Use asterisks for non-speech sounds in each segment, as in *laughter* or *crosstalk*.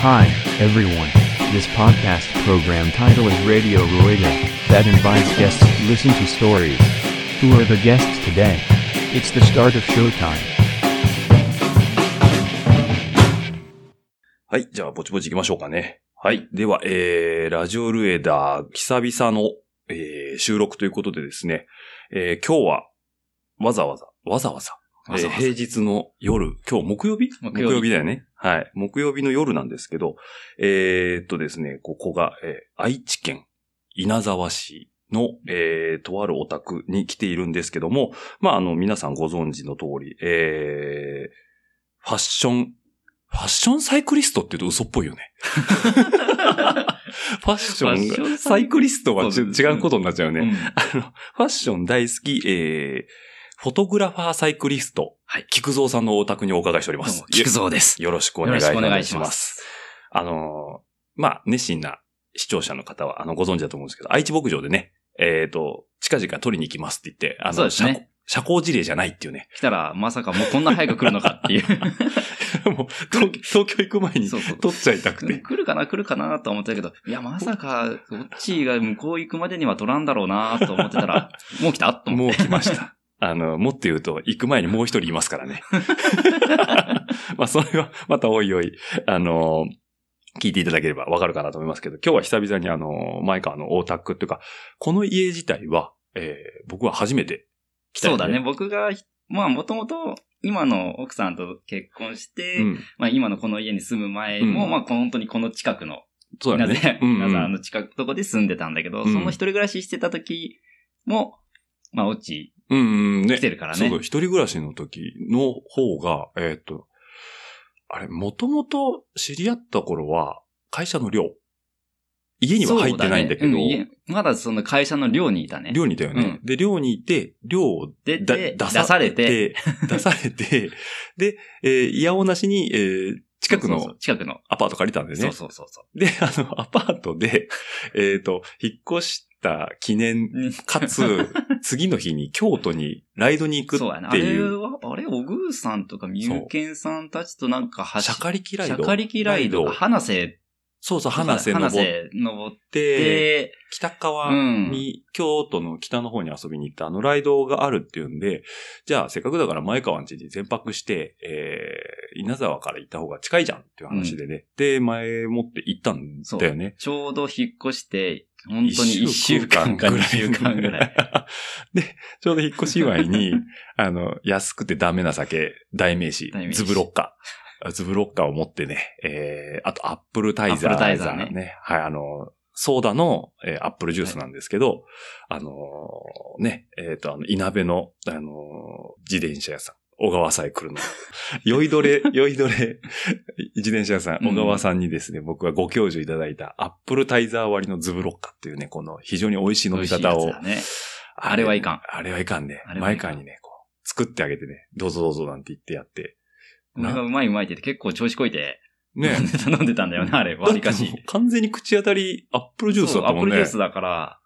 Hi, everyone. This podcast program title is Radio Rueda, that invites guests to listen to stories. Who are the guests today? It's the start of showtime. はい。じゃあ、ぼちぼち行きましょうかね。はい。では、えー、ラジオルエダー、久々の、えー、収録ということでですね、えー、今日は、わざわざ、わざわざ、えーわざわざ平日の夜、今日木曜日木曜日だよね。はい。木曜日の夜なんですけど、えー、っとですね、ここが、えー愛知県稲沢市の、えー、とあるお宅に来ているんですけども、まあ、あの、皆さんご存知の通り、えー、ファッション、ファッションサイクリストって言うと嘘っぽいよ *laughs* ね。ファッションファッショが、ンサイクリストサイクリストはちょそ違ううことになっちゃうね。うんファッション大好き、えー、フォトグラファーサイクリスト、はい菊蔵さんのお宅にお伺いしております。菊蔵です。よよろしくおよ願ろいしくお願いししま。ますす。あのーまあ、熱心な視聴者の方は、あの、ご存知だと思うんですけど、愛知牧場でね、えっ、と、近々取りに行きますって言って、あそうの、です社ね交社交辞令じゃないっていうね。来たら、まさかもうこんな早く来るのか *laughs* っていう。もう東、東京行く前にそうそう取っちゃいたくて。来るかな来るかなとは思ってたけど、いや、まさか、こっちが向こう行くまでには取らんだろうなと思って *laughs* たら、もう来たと思って。もう来ました。あの、もっと言うと、行く前にもう一人いますからね。まあ、それは、またおいおい、あの、聞いていただければわかるかなと思いますけど、今日は久々にあの、前川のオータクっていうか、この家自体は、えー僕は初めて来たそようだね。。僕が、まあ、もともと、今の奥さんと結婚して、うん。まあ、今のこの家に住む前も、うんまあ、この本当にこの近くの、そうだなねぜ。、うんうなぜあんの近くとこで住んでたんだけど、うんその一人暮らししてた時も、まあ、オッチうんうん、ね来てるからそうねそう、。一人暮らしの時の方が、えーっ、と、あれ、もともと知り合った頃は、会社の寮。家には入ってないんだけど、そうねうん家まだその会社の寮にいたね。寮にいたよね。うで、寮にいて、寮を出だて、出されて、、 *laughs* 出されて、で、えー、いやおうなしに、えー近くそうそうそのう近くの。アパート借りたんだよね。そうそうそうそで、あの、アパートで、 *laughs* えっ、と、引っ越した記念、う。か *laughs* つ、次の日に京都にライドに行くそうやね。っあてれいう、は、あれ、おぐーさんとかみゆけんさんたちとなんか走シャカリキライド。シャカリキライド。花瀬そうそう、とか。花瀬登っ、登ってて、北う川ん。に、京都の北の方に遊びに行ったあのライドがあるっていうんで、じゃあせっかくだから前川ん家に全泊して、えー、稲沢から行った方が近いじゃんっていう話でね。で、前もって行ったんだよね。ちょうど引っ越して、本当に一週間か二週間ぐらい。。 *laughs* で、ちょうど引っ越し祝いに、 *laughs* あの、安くてダメな酒、代名詞代、名詞ズブロッカ。ズブロッカを持ってね、えー、あとアップルタイザー。アップルタイザーねはい、あの、ソーダの、えーアップルジュースなんですけど、あのーね、えっ、と、あの、稲部の、あのー自転車屋さん。小川サイクルの。 *laughs* 酔いどれ、酔いどれ、自転車屋さん、う小ん川さんにですね、僕はご教授いただいた、アップルタイザー割りのズブロッカっていうね、この非常に美味しい飲み方美味しいをやつだ、ねあれはいかん。あれはいかんねあ。れは前いかん川にね、こう、作ってあげてね、どうぞどうぞなんて言ってやって。これがうまいうまいって言って結構調子こいて、ね頼んでたんだよね、あれ。わりかしだっても。う完全に口当たり、アップルジュースだったもんね。そうアップルジュースだから。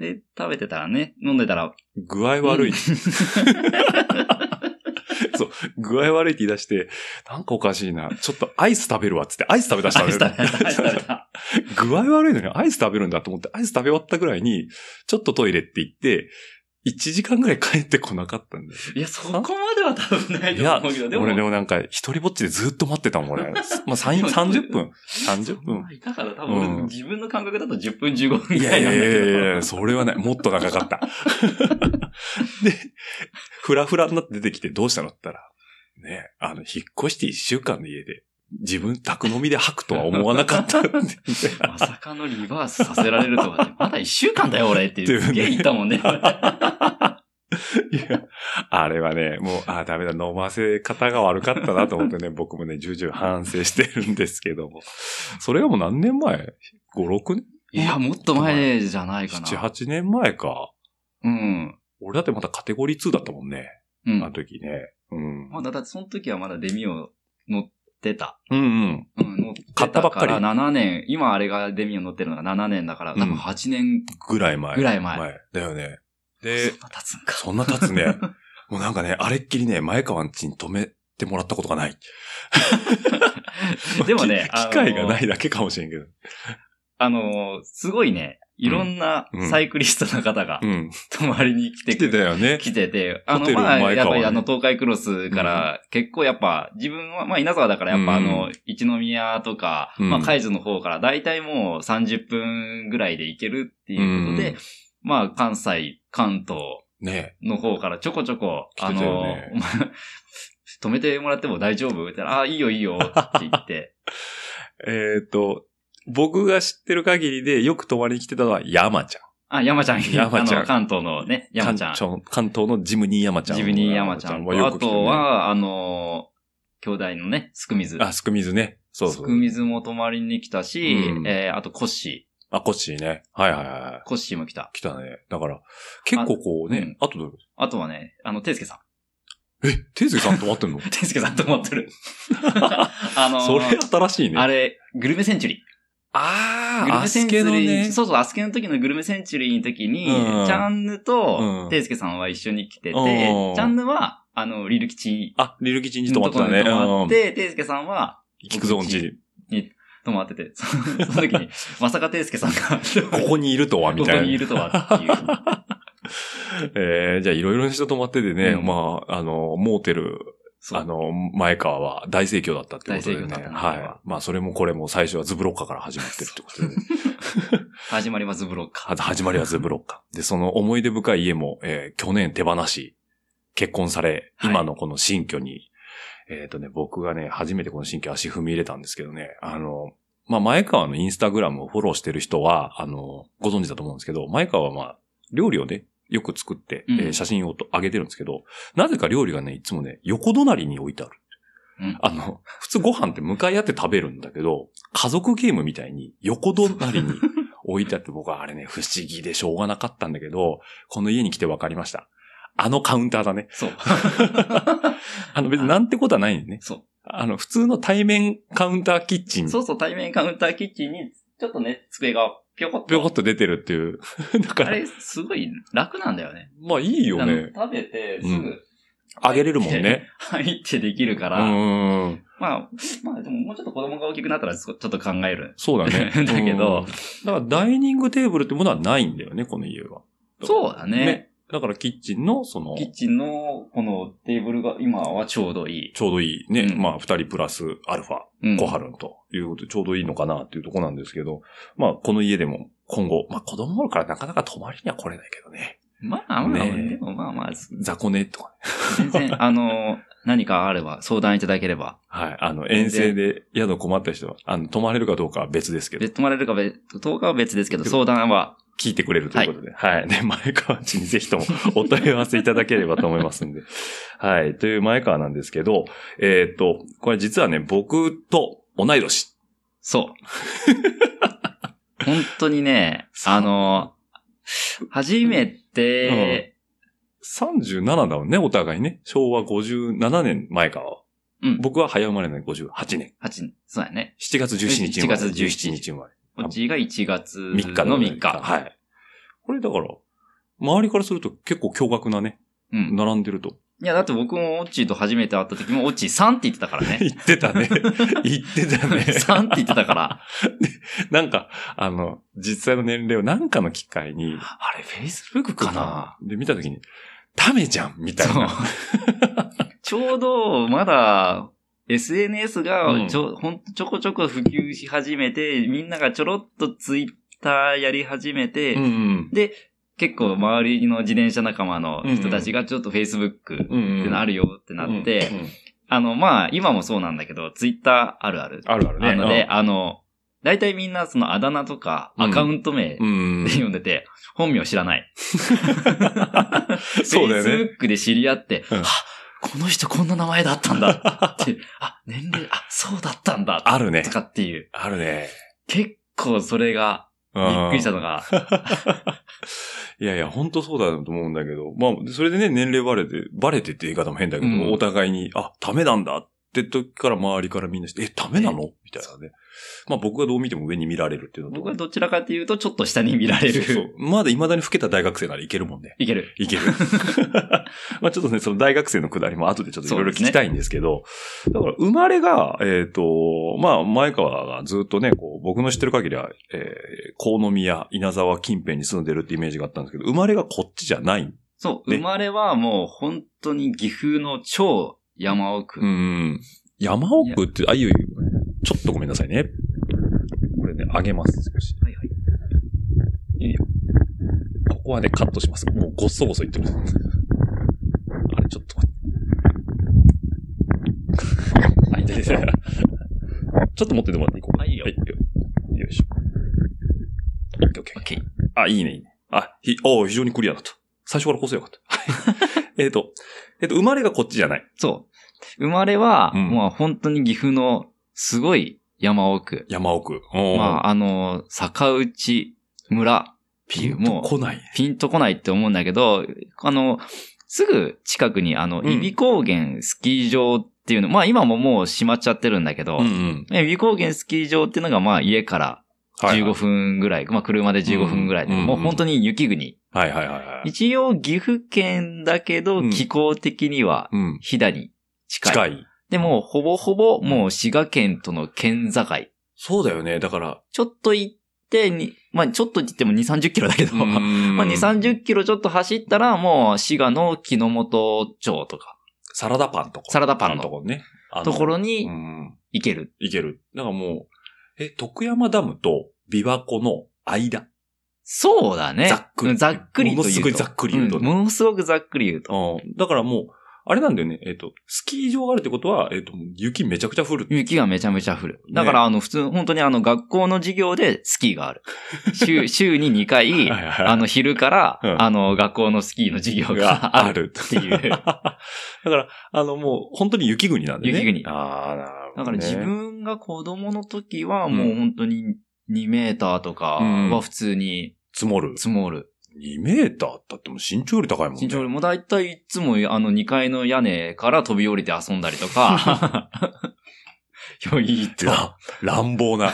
で、食べてたらね、飲んでたら。具合悪い。そう、具合悪いって言い出して、なんかおかしいな。ちょっとアイス食べるわっつって、アイス食べ出したアのイよス食べた。アイス食べた。具合悪いのにアイス食べるんだと思って、アイス食べ終わったぐらいに、ちょっとトイレって言って、1時間ぐらい帰ってこなかったんだよ。いや、そこまでは多分ないいとや思うけど、で、も。俺でもなんか、一人ぼっちでずっと待ってたもん、 *laughs* 俺。まあ、で3も30分。30分。だから多分、うん自分の感覚だと10分15分いぐやらいいなやんいだけど。やいや、それはない。もっと長かった。 *laughs* で、ふらふらになって出てきてどうしたのって言ったら、ね、あの、引っ越して1週間の家で、自分宅飲みで吐くとは思わなかったって言って。まさかのリバースさせられるとはね、まだ1週間だよ俺っていう。すげえ言ったもんね。いや、あれはね、もう、あーダメだ、飲ませ方が悪かったなと思ってね、 *laughs* 僕もね、重々反省してるんですけども。それがもう何年前 ?5、6年いや、もっと前じゃないか ?7、な。 8年前か。うん。俺だってまたカテゴリー2だったもんね。うあのん。時ね。うん。まだ、だってその時はまだデミオ乗ってた。うんうん。うん、乗ってた買ったばっかりから7年、今あれがデミオ乗ってるのが7年だから、多分8年ぐらい前。ぐらい前。だよね。でそん、な経つんか。そんな経つ *laughs* ね。もうなんかね、あれっきりね、前川んちに止めてもらったことがない。 *laughs* でもね *laughs* 機会がないだけかもしれんけど。あの、すごいね、いろんなうんサイクリストの方がうん。泊まりに来て来くてれたよね。来てて、あホの、テルまあ、前川ねやっぱりあの、東海クロスから、結構やっぱ、自分は、まあ、稲沢だからやっぱあうの、一宮とか、うんまあ、海津の方から、だいたいもう30分ぐらいで行けるっていうことうでん、まあ、関西、関東ねの方からちょこちょこ、来あてのたよね、お前 *laughs* 止めてもらっても大丈夫って言ったら、あ、いいよいいよって言 *laughs* って、えっ、と、僕が知ってる限りでよく泊まりに来てたのは山ちゃん。あ、山ちゃん、山ちゃんあの関東のね、山ちゃん関。東関東のジムニー山ちゃん。ジブニー山ちゃんもと、よあく来てとは、あの、兄弟のね、すくみず。あ、すくみずね。そうそう。すくみずも泊まりに来たし、うんえー、あとコッシあ、こっちね。はいはいはい。ー。コッシーも来た。来たね。だから、結構こうね、あとどういうこあとはね、あの、てつけ *laughs* さとえ、てずさん泊まってんの *laughs* ん。てつけさんと思ってる。 *laughs* あのーそれ新しいね。あれ、グルメセンチュリー。あグルー、メアセスンチケュリのー。ね。そうそう、アスケの時のグルメセンチュリーの時に、うんチャンヌうとん、てつけさんは一緒に来てて、チうんャンヌは、あの、リル吉あ、リルキチンのに泊まってたね。とこに泊まっうんて、てつけさんはキクゾーンチ。泊まってて、そのその時に、まさかてつけさん *laughs* が、ここにいるとは、みたいな。ここにいるとはっていう。えー、じゃあいろいろな人泊まっててね、うんまあ、あの、モーテル、そうあの、前川は大盛況だったってことで大盛況ね。だったねはい。まあ、それもこれも最初はズブロッカから始まってるってことで、ね、始まりはズブロッカは始まりはズブロッカ。で、その思い出深い家も、えー去年手放し、結婚され、はい今のこの新居に、えっ、とね、僕がね、初めてこの新居足踏み入れたんですけどね、あの、まあ、前川のインスタグラムをフォローしてる人は、あの、ご存知だと思うんですけど、前川はまあ、料理をね、よく作って、えーうん写真をと上げてるんですけど、なぜか料理がね、いつもね、横隣に置いてある。うんあの、普通ご飯って向かい合って食べるんだけど、家族ゲームみたいに横隣 *laughs* に置いてあって僕はあれね、不思議でしょうがなかったんだけど、この家に来て分かりました。あのカウンターだね。 *laughs* そう。あの別になんてことはないんでね。そあの普通の対面カウンターキッチンう。そうそう、対面カウンターキッチンに、ちょっとね、机がぴょこっと。ぴょこっと出てるっていう。 *laughs* だかあら、れ、すごい楽なんだよね。まあいいよね。あの食べて、すうんぐあげれるもん *laughs* ね。入ってできるかうら、ん。まあ、まあでももうちょっと子供が大きくなったらそちょっと考える。。そうだね *laughs* だけどうん、だからダイニングテーブルってものはないんだよね、この家は。そうだね。だからキッチンの、その、キッチンのこのテーブルが今はちょうどいい。ちょうどいいね。うんまあ、二人プラスアルファ、うん小春ということで、ちょうどいいのかなっていうところなんですけど、まあ、この家でも今後、まあ、子供の頃からなかなか泊まりには来れないけどね。まあまあ、ねえでもまあまあ、雑魚ねとかね。全然、あの、何かあれば相談いただければ、はい。あの、遠征で宿困った人は、あの、泊まれるかどうかは別ですけど、別泊まれるか別、10日は別 *laughs* ですけど、相談は、聞いてくれるということで、はい。で、前川家にぜ *laughs* ひともお問い合わせいただければと思いますんで。はい。という前川なんですけど、えーっと、これ実はね、僕と同い年。そう。 *laughs* 本当にね、あの、初めて、 37だもんね、お互いね。昭和57年前川は。うん僕は早生まれの58年。 8、そうやね。 7月17日生まれ。 7月17 17日生まれ。こっちが1月の3 3日日。のはい。これだから、周りからすると結構驚愕なね、うん。並んでると。 *laughs* いや、だって僕もオッチーと初めて会った時も、オッチー3って言ってたから *laughs* ね。言ってたね。言って *laughs* たね。 3って言ってたから。 *laughs* なんか、あの、実際の年齢をなんかの機会に、あ *laughs* れ、Facebook かなで、見たときに、ダメじゃんみたいそうな。。 *laughs* ちょうど、まだ、SNS うんがちょ、ほんとちょこちょこ普及し始めて、みんながちょろっとツイッターやり始めて、うんうん。で、結構周りの自転車仲間の人たちがちょっと Facebook ってうんうん。のあるよってなって、うんうんあの、まあ、今もそうなんだけど、Twitter あるある。あるあるね。なので、あの、大体みんなそのあだ名とかうんアカウント名でうん、うん。読んでて、本名知らない。そうだよね。 Facebook で知り合って、うんあ、この人こんな名前だったんだって、あ、年齢、あ、そうだったんだあるねと。かっていう。あるね。結構それが、びびっくりした *laughs* のが、いやいや、本当そうだと思うんだけど、まあ、それでね、年齢バレて、バレてって言い方も変だけど、うんお互いに、あ、ダメなんだっって時から周りからみんなして、え、ダメなのみたいなね。まあ僕がどう見ても上に見られるっていうのと。僕はどちらかというと、ちょっと下に見られる。そうそうまだ未だに老けた大学生ならいけるもんね。いける。いける。 *laughs* まあちょっとね、その大学生のくだりも後でちょっといろいろ聞きたいんですけど、だから生まれが、えっ、と、まあ前川がずっとね、こう、僕の知ってる限りは、えー、河野宮、稲沢近辺に住んでるってイメージがあったんですけど、生まれがこっちじゃない。そう、ね生まれはもう本当に岐阜の超山奥。うん。山奥って、あ、いいよいいよ。ちょっとごめんなさいね。これね、上げます、少し。はいはい。いいよ。ここはね、カットします。もうごっそごそ言ってます。あれ、ちょっと待って。あ、痛い痛い痛いちょっと持っててもらっていこう。はいよはい、よよいしょ。オッケーオッケー。オッケー。あ、いいね、いいね。あ、ひ、おう非常にクリアだと。最初からこそよかった。 *laughs* えっと、えっ、と、生まれがこっちじゃない。そう。生まれは、うんもう本当に岐阜のすごい山奥。山奥。まあ、あ、あの、坂内村ってピいンう、ももう、来ないね。ピンとこないって思うんだけど、あの、すぐ近くにあの、うん揖斐高原スキー場っていうの、まあ今ももう閉まっちゃってるんだけど、うんうん。揖斐高原スキー場っていうのがまあ家からはい15分ぐらい、まあ車で15分ぐらいで、うんうんもう本当に雪国。はいはいはいはい。一応岐阜県だけど、うん気候的にはうん。飛騨に近い。近い。でも、ほぼほぼもう滋賀県との県境。そうだよね。だから、ちょっと行ってに、まあちょっと行っても2、30キロだけど、ま *laughs* まあ2、30キロちょっと走ったらもう滋賀の木之本町とか、サラダパンとか。サラダパンとのこね。あのところうにん。行ける。いける。だからもう、え、徳山ダムと琵琶湖の間。そうだね。ざっくりざっくりというと。ものすごいざっくり言うとねんものすごくざっくり言うと。うん。だからもう、あれなんだよね。えっ、と、スキー場があるってことは、えっ、と、雪めちゃくちゃ降る。雪がめちゃめちゃ降る。ねだから、あの、普通、本当にあの、学校の授業でスキーがある。 *laughs* 週、週に2回、はいはいはいあの、昼から、うんあの、学校のスキーの授業がある。るって *laughs* いうだから、あの、もう、本当に雪国なんでね。雪国ああ、なるほどだかね、ら自分が子供の時は、もう本当に2メーターとかうんは普通に積もる。積もる。 2メーターだってもう身長より高いもんね。身長よりもだいたいいつもあの2階の屋根から飛び降りて遊んだりと *laughs* か。よいと。だら乱暴 *laughs* な。っ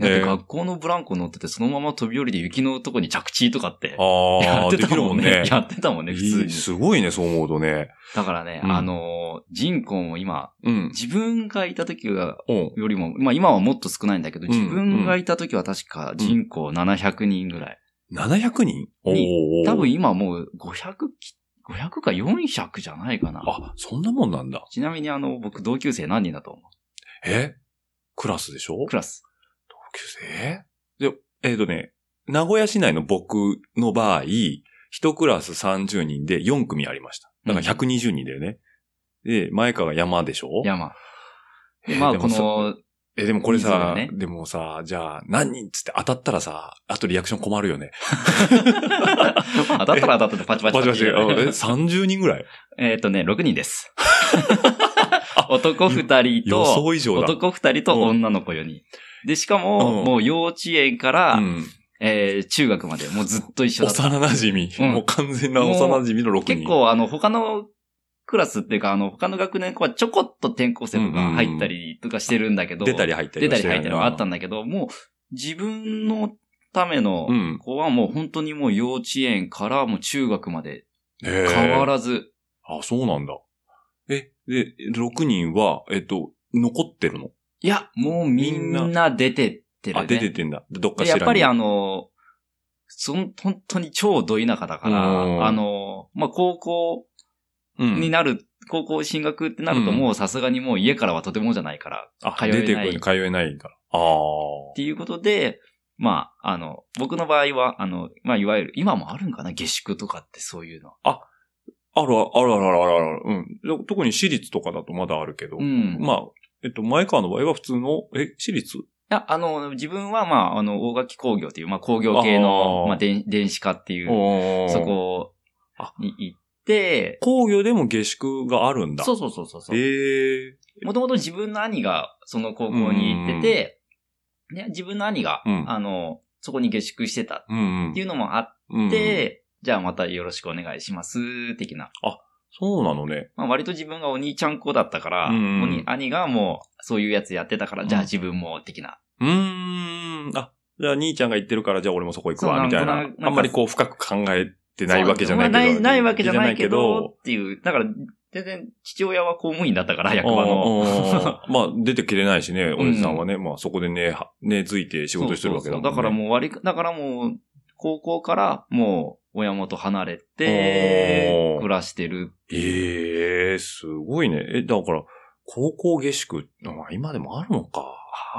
てね学校のブランコ乗っててそのまま飛び降りて雪のとこに着地とかって。やあっあ、てできたるももんんね。。ね *laughs* やってたもんね、普通いいに。すごいね、そう思うとね。だからね、うんあのー、人口も今、うん。自分がいた時が、うん。よりも、まあ今はもっと少ないんだけど、うん自分がいた時は確か人口700人ぐらい。 700人おにー多分今もう500き、500か400じゃないかな。あ、そんなもんなんだ。ちなみにあの、僕同級生何人だと思えクラスでしょうクラス。同級生で、えっ、とね、名古屋市内の僕の場合、一クラス30人で4組ありました。だから120人だよね。で、前川が山でしょ山。えーまあでこもその、え、でもこれ人数ださ、よねでもさ、じゃあ、何人っつって当たったらさ、あとリアクション困るよね。 *laughs* 当たったら当たったってパチパチマパジチマジ。あえ、30人ぐらいえっとね、6人です。 *laughs* 男二人予と、想以上だ。男二人と女の子4人。で、しかも、うんもう幼稚園から、うん。えー中学までもうずっと一緒だった。幼馴染、うんもう完全な幼馴染の6人。結構、あの、他のクラスっていうか、あの、他の学年の子はちょこっと転校生とか入ったりとかしてるんだけど、出たり入ったり出はたしりてる入よっね。たりはあったんだけど、もう自分のためのうん。子はもう本当にもう幼稚園からもう中学まで変変わらず、あ、そうなんだ。え、で、6人は、えっと、残ってるのいや、もうみみんんな出てってる、ね。あ、出ててんだ。どっかでしらやっにぱりあの、その、本当に超ど田舎だかうんら、あの、まあ、高校うんになる、高校進学ってなるともうさすがにもう家からはとてもじゃないから、あ、通えない出てくる、通えないから。あっーていうことで、まあ、あの、僕の場合は、あの、まあ、いわゆる、今もあるんかな下宿とかってそういうの。あるああるあるあるあるある。うん。特に私立とかだとまだあるけど。うん。まあ、えっと、前川の場合は普通の、え、私立いや、あの、自分は、まあ、あの、大垣工業っていう、まあ、工業系あの、ーまあ、電電子化っていう、そそ。こあに行って、工業でも下宿があるんだ。そううそうそうそうそう。ええもともと自分の兄がその高校に行ってて、ね、自分の兄が、うんあの、そこに下宿してたうんうん。っていうのもあうんうんって、じゃあまたよろしくお願いします、的な。そうなのね。まあ、割と自分がお兄ちゃん子だったから、うんおに兄がもう、そういうやつやってたから、うんじゃあ自分も、的な。うーん。あ、じゃあ兄ちゃんが言ってるから、じゃあ俺もそこ行くそうわ、なんみたいな。なんかなんかあんまりこう深く考えてないわけじゃないけど。そうまあない、ないわけじゃないけど、っていう。だから、全然、父親は公務員だったから、じゃないけ役ど。場の。あーまあ、出てきれないし *laughs* ね、おじさんはね、まあそこでね、はね、ついて仕事してるわけだもんね。そうそうそうだからう、もう割り、だからもう、高校から、もう、親元離れてお、ー暮らしてる。ええすごいね。え、だから、高校下宿、まあ今でもあるのか。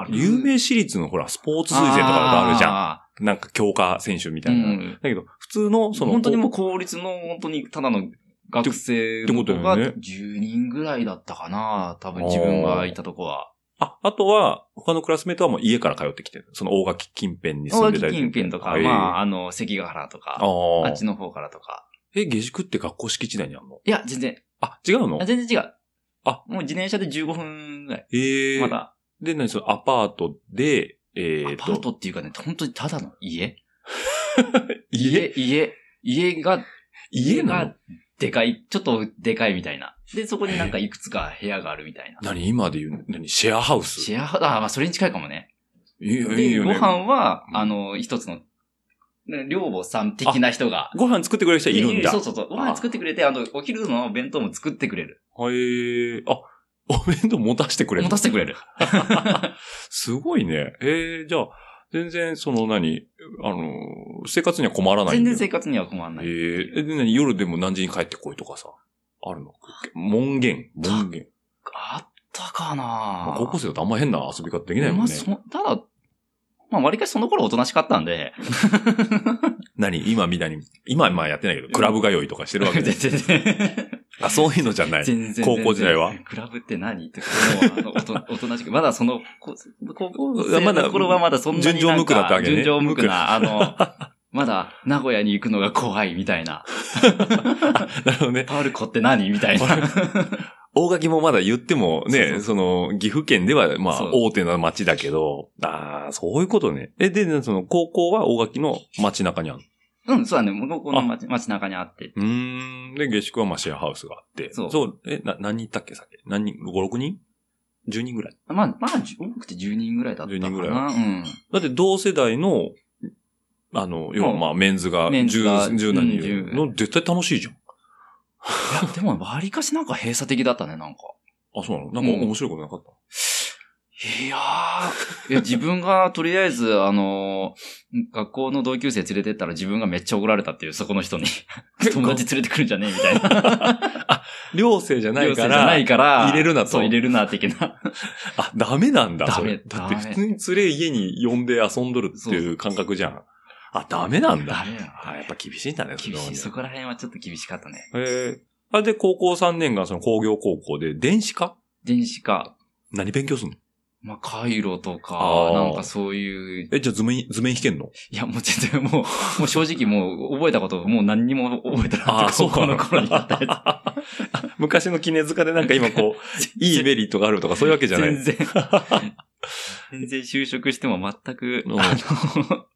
有名私立のほら、スポーツ推薦とかがあるじゃゃん。なんか強化選手みたいな。うだん。けど、普通の、その、本当にもう公立の、本当にただの学生ってのこと子だがよね10人ぐらいだったかな、多分自分がいたとこは。あ、あとは、他のクラスメートはもう家から通ってきてる。その大垣近辺に住大んでた垣り。近辺とか、はいまあ、あの、関ヶ原とあか、ーあっちの方からとか。え、下宿って学校敷地内にあるのいや、全然、あ、違うのあ全然違う。あ、もう自転車で15分ぐらい。ええまだ、で、何そのアパートで、えー、アパートっていうかね、本当にただの家家家、家が、家なのでかい、ちょっとでかいみたいな。で、そこになんかいくつか部屋があるみたいな。何今で言う、何シェアハウスシェアハウス、あ、まあそれに近いかもね。いいよいいで、よごね。飯はう、んあの、一つの、ね寮母さん的な人が。ご飯作ってくれる人はいるんだ。そうそうそう。ご飯作ってくれて、あの、お昼の弁当も作ってくれる。はい、あ、お弁当持たせてくれる。持たせてくれる。すごいね。えー、じゃあ、全然、その何、あの、生活には困らない全んだ然生活には困らない。ええで何夜でも何時に帰ってこいとかさ、あるの門限、門限。あったかまなあ、高校生だとあんま変な遊び方できないまもんあ、ね。そ、ただ、まあ、割りかしその頃おとなしかったんで、何今みたいに、今はまあやってないけど、クラブ通いとかしてるわけ *laughs* 全で。然、あ、そういうのじゃない。全然。高校時代はクラブって何って、もうあのおとお *laughs* となしく、まだその、こ高校ま生だの頃はまだそんなになんか純情無垢だったわけね純情無垢な、あの、まだ名古屋に行くのが怖いみたい *laughs* な、 *laughs* なるほどね。パルコって何みたいな。大垣もまだ言ってもね、そうそそうの、岐阜県では、まあそう、大手な町だけど、ああ、そういうことね。え、で、その、高校は大垣の町中にある *laughs* うん、そうだね。向こうの街街中にあって。のうーん。で、下宿はまあ、シェアハウスがあって。そうえ、な、何人いたっけ、さっき。何人 ?5、6人 ?10 人ぐらいまあ、まあ、じゅ多くて10人ぐらいだったかな。 10人ぐらいうん。だって同世代の、あの、要はまあメンズがメンズが10、10何人いるうんの、絶対楽しいじゃん。いや、でも割りかしなんか閉鎖的だったね、なんか。あ、そうなのなんかうん面白いことなかった、いやー。いや、自分が、とりあえず、あのー学校の同級生連れてったら自分がめっちゃ怒られたっていう、そこの人に。友達連れてくるんじゃねえみたいな。寮生じゃないかじゃら、ないから。入れるなとそう、入れるな、的な。あ、ダメなんだ。ダメそれだダっメて普通に連れ家に呼んで遊んどるっていう感覚じゃん。あ、ダメなんだ。ダメだあ、やっぱ厳しいんだね、厳しい。そそこら辺はちょっと厳しかったね。れはね。へえあ、で、高校3年がその工業高校で、電子科電子化。何勉強すんのまあ、回路とかあ、ーなんかそういう、え、じゃあ図面、図面弾けんのいや、もう全然もう、もう正直もう覚えたこと、もう何にも覚えてなかった。高校の頃にやったやあ *laughs* 昔の絹塚でなんか今こ *laughs* う、いいメリットがあるとかそういうわけつ。じゃない全。然。全然就職しても全く、うんあの、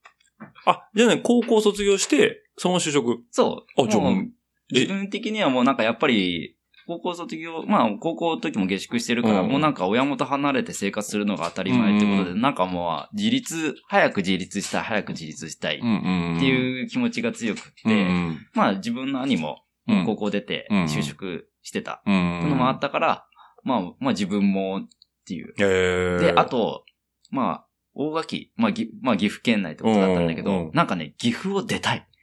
あ、じゃあね、高校卒業して、その就職。そう。あじゃあもうもうえ自分的にはもうなんかやっぱり、高校卒業、まあ高校の時も下宿してるから、うんもうなんか親元離れて生活するのが当たり前ってことで、うなんかもう自立、早く自立したい、早く自立したんいうんってう。いう気持ちが強くって、うんまあ自分の兄もうん高校出てうん就職してたうん。のもあったから、まあまあ自分もっていう。えー。で、あ、と、まあ、大垣、まあ、ぎまあ、岐阜県内ってことだったんだけど、うんうんなんかね、岐阜を出たい。 *laughs*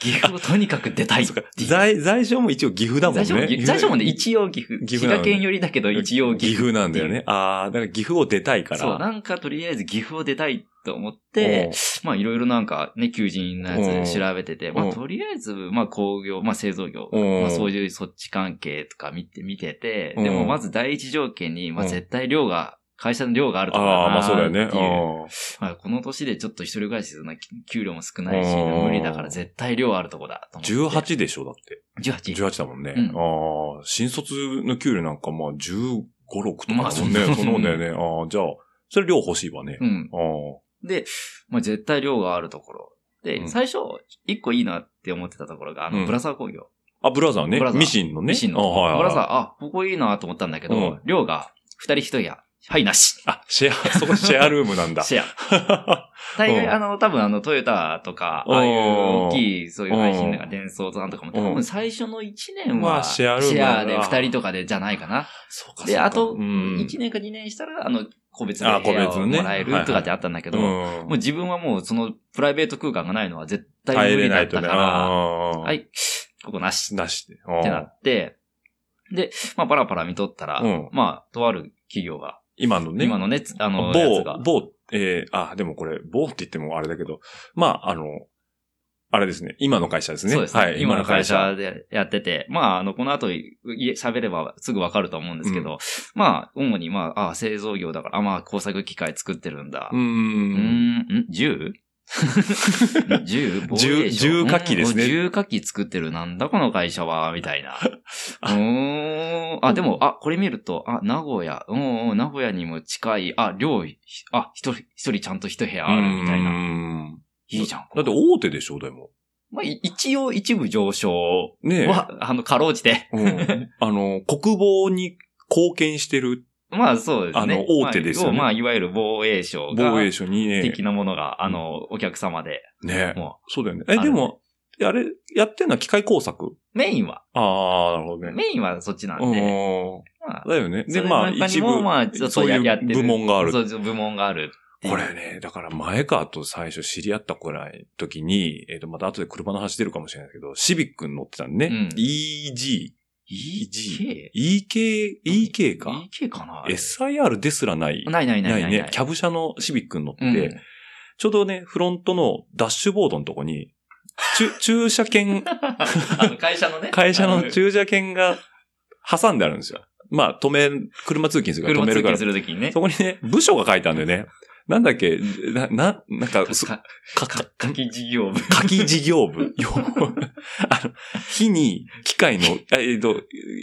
岐阜をとにかく出たいっそてっかいう。在、在所も一応岐阜だもん在ね。所もぎ在所もね、一応岐阜。岐岐阜阜なのね滋賀県寄りだけど、一応岐岐阜。阜なんだよね。ああ、だから岐阜を出たいから。そう、なんかとりあえず岐阜を出たいと思って、まあいろいろなんかね、求人のやつ調べてて、んまうんあとりあえず、まあ工業、まあ製造業、うんまあそういうそっち関係とか見て、見てて、うんでもまず第一条件に、まあうん絶対量が、会社の量があるとあかなあー、まあそうだよね。っていううんまあ、この年でちょっと一人暮らしするのは給料も少ないし、うん無理だから絶対量あるとこだと思って。 18でしょ、だって。 18。 18だもんね。うんああ、新卒の給料なんかまあ15、6とかだもんまあそうね。そんなもんだよね。ああ、じゃあ、それ量欲しいわね。うん。ああ。で、まあ、絶対量があるところ。で、うん最初、一個いいなって思ってたところが、うあんの、ブラザー工業。あ、ブラザーねブラ。ザーミシンのね。ミシンの。あはいはいはいブラザー、あ、ここいいなと思ったんだけうどん、量、が、二人一人や。はい、なし。あ、シェア、 *laughs* そこシェアルームなんだ。シェア。大概、うんあの、多分あの、トヨタとか、ああいううん大きい、そういう配信なんか、伝送となんとかも、うん多分最初の1年まあは、シェアルームシェアであー2人とかで、じゃないかな。 *laughs* そうかそうか。で、あと、うん1年か2年したら、あの、個別あのー部屋個別をのねもらえるとかってあったんだけど、もうんう自分はもう、その、プライベート空間がないのは絶対入無れ理なだっいとたね。から、ははい、ここなしなしで。っうてなんって、で、まあ、パラパラ見とったら、うんまあ、とある企業が、今のね。今のね、つあの、やつ某が、、某、えー、あ、でもこれ、某って言ってもあれだけど、まあ、あの、あれですね。今の会社ですね。そうですね、はい、今の会社でやってて、まあ、あの、この後、いい喋ればすぐわかると思うんですけど、まあ、主に、まあ、あ製造業だから、あ、まあ、工作機械作ってるんだ。うー。うんん、ん、銃銃防衛省銃銃火器ですねうん銃火器作ってる、なんだこの会社は、みたいな。うーん。あ、でも、あ、これ見ると、あ、名古屋、うんうん、名古屋にも近い、あ、寮、ひあ、一人、一人ちゃんと一部屋 *laughs* ある、みたいな。な。いいじゃん。だって大手でしょ、でも。まあ、い一応一部上昇ねえ。は、あの、かろうじて。 *laughs* うん。あの、国防に貢献してるまあ、そうですね。あの大手ですよねまあ、要はまあ、いわゆる防衛省が、防衛省にね。的なものが、あの、お客様で、ねもそうだよね。あえ、るでも、あれ、やってんのは機械工作メインは、ああ、なるほどね。メインはそっちなんで、うまあん。だよね。で、それまあ、の中に一も部まあちょ、っとそういややっうてる部門があるそうそう、部門がある。これね、だから前かと最初知り合ったくらい時に、えっ、と、また後で車の話出るかもしれないけど、シビックに乗ってたんでね。うん EG、 EK? EK、EK か。 EK かな SIR ですらない。ないないないない。ね。キャブ車のシビックに乗って、うんちょうどね、フロントのダッシュボードのとこに、ちゅ *laughs* 駐車券、あの *laughs* 会社のね。会社あの駐車券が挟んであるんですよ。まあ、止め、車通勤するから車止め通るか勤らす。るときにね。そこにね、部署が書いてあるんだよね。なんだっけ、な、な、なんか、そかか、か書き事業部。書き事業 *laughs* 部。よあの、火に、機械の、あえっと、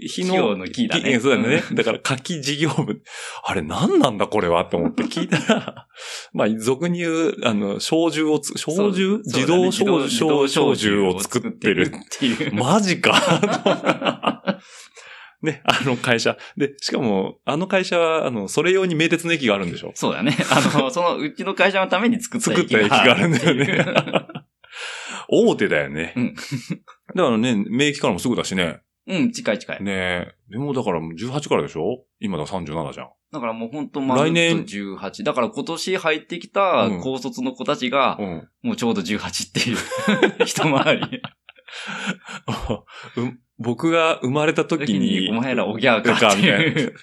火企業の、のキーだきね。そうだね。だから、書き事業部。あれ、何なんだこれはと思っ *laughs* て聞いたら、まあ、俗に言う、あの、小銃をつ、うん。小銃そう自動そうだ小ね銃、自小動小銃を作ってる。っていう。マジか。 *laughs* ね、あの会社。で、しかも、あの会社は、あの、それ用に名鉄の駅があるんでしょそうだね。あの、その、うちの会社のために作った作った駅があるんだよねっていう。大手だよね。うんだからね、名駅からもすぐだしね。うん、近い近い。ねえ。でもだからもう18からでしょ今だから37じゃん。だからもう本当まるっと来年18。だから今年入ってきたうん高卒の子たちが、 *laughs* うん。もうちょうど18っていう、 *laughs* 一回り。う僕が生まれた時時に、に、お前らおぎゃーかっていう。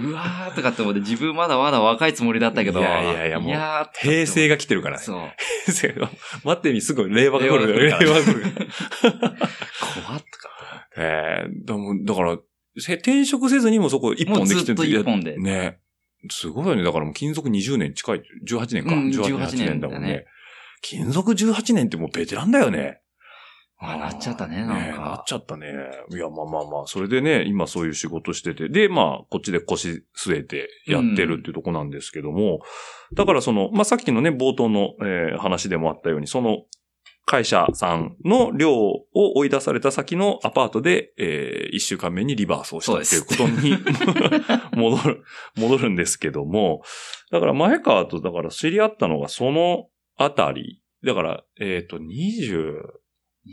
な。うわーとかって思って、自分まだまだ若いつもりだったけど。いやいやいやもうやーとかって思って *laughs* 平成が来てるからね。そう。平成が。待ってみ、すぐ令和が来る。 *laughs* 令令和和がが来来るるかからら。怖っとか。 *laughs* ええだもうだから、せ転職せずにもそこ一も本うできずてっと一本で。ね。すごいよね。だからもう勤続20年近い。18年か。うん18 18 18年だもんだねね。勤続18年ってもうベテランだよね。あなっちゃったね、ねなんなっか。ちゃったね。いや、まあまあまあ、それでね、今そういう仕事してて、で、まあ、こっちで腰据えてやってるっていうとこなんですけども、だからその、まあさっきのね、冒頭の、えー話でもあったように、その、会社さんの寮を追い出された先のアパートで、えー一週間目にリバースをしたっていうこと *laughs* に戻る、戻るんですけども、だから前川と、だから知り合ったのがそのあたり、だから、えっ、と、20、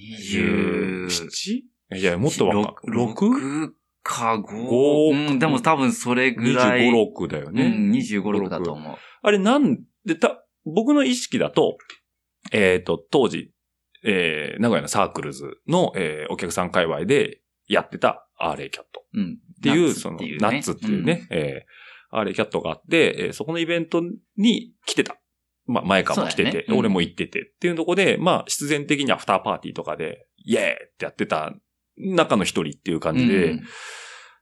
20 17? いや、もっと若い。6?25、 6か5。五うん、でも多分それぐらい。 6だよね。うん、25、6だと思う。あれなんで、た、僕の意識だと、えっ、と、当時、えー、名古屋のサークルズの、えーお客さん界隈でやってた RA キャットうん。っていう、ナッツそのっていうね、ナッツっていうね、えー、RA キャットがあって、えーそこのイベントに来てた。まあ、前かも来てそうだよて、ねうん俺も行っててっていうとこで、まあ、必然的にアフターパーティーとかで、イエーイってやってた中の一人っていう感じで、うん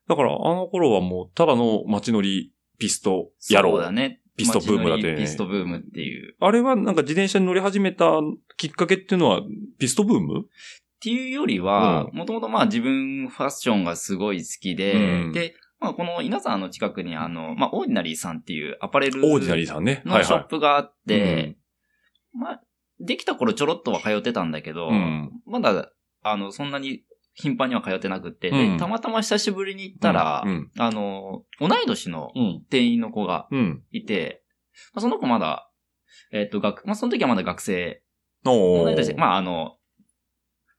だから、あの頃はもう、ただの街乗りピスト野そ郎う。だね。ピストブームだって街乗りピストブームっていう。っあれはなんか自転車に乗り始めたきっかけっていうのは、ピストブームていうよりは、うもともとまあ自分ファッションがすごい好きで、うんで、まあこの稲沢の近くにあの、まあオーディナリーさんっていうアパレルオーディナリーさんね。はのいショッはプがあって、うんまあ、できた頃ちょろっとは通ってたんだけど、い。うん。まだ、あの、そんなに頻繁には通ってなくって、うんで、たまたま久しぶりに行ったら、うん。あの、同い年のうん。店員の子がうん。いて、まあ、その子まだ、えっ、と、学、まあ、その時はまだ学生、お同いー年、まあ、あの、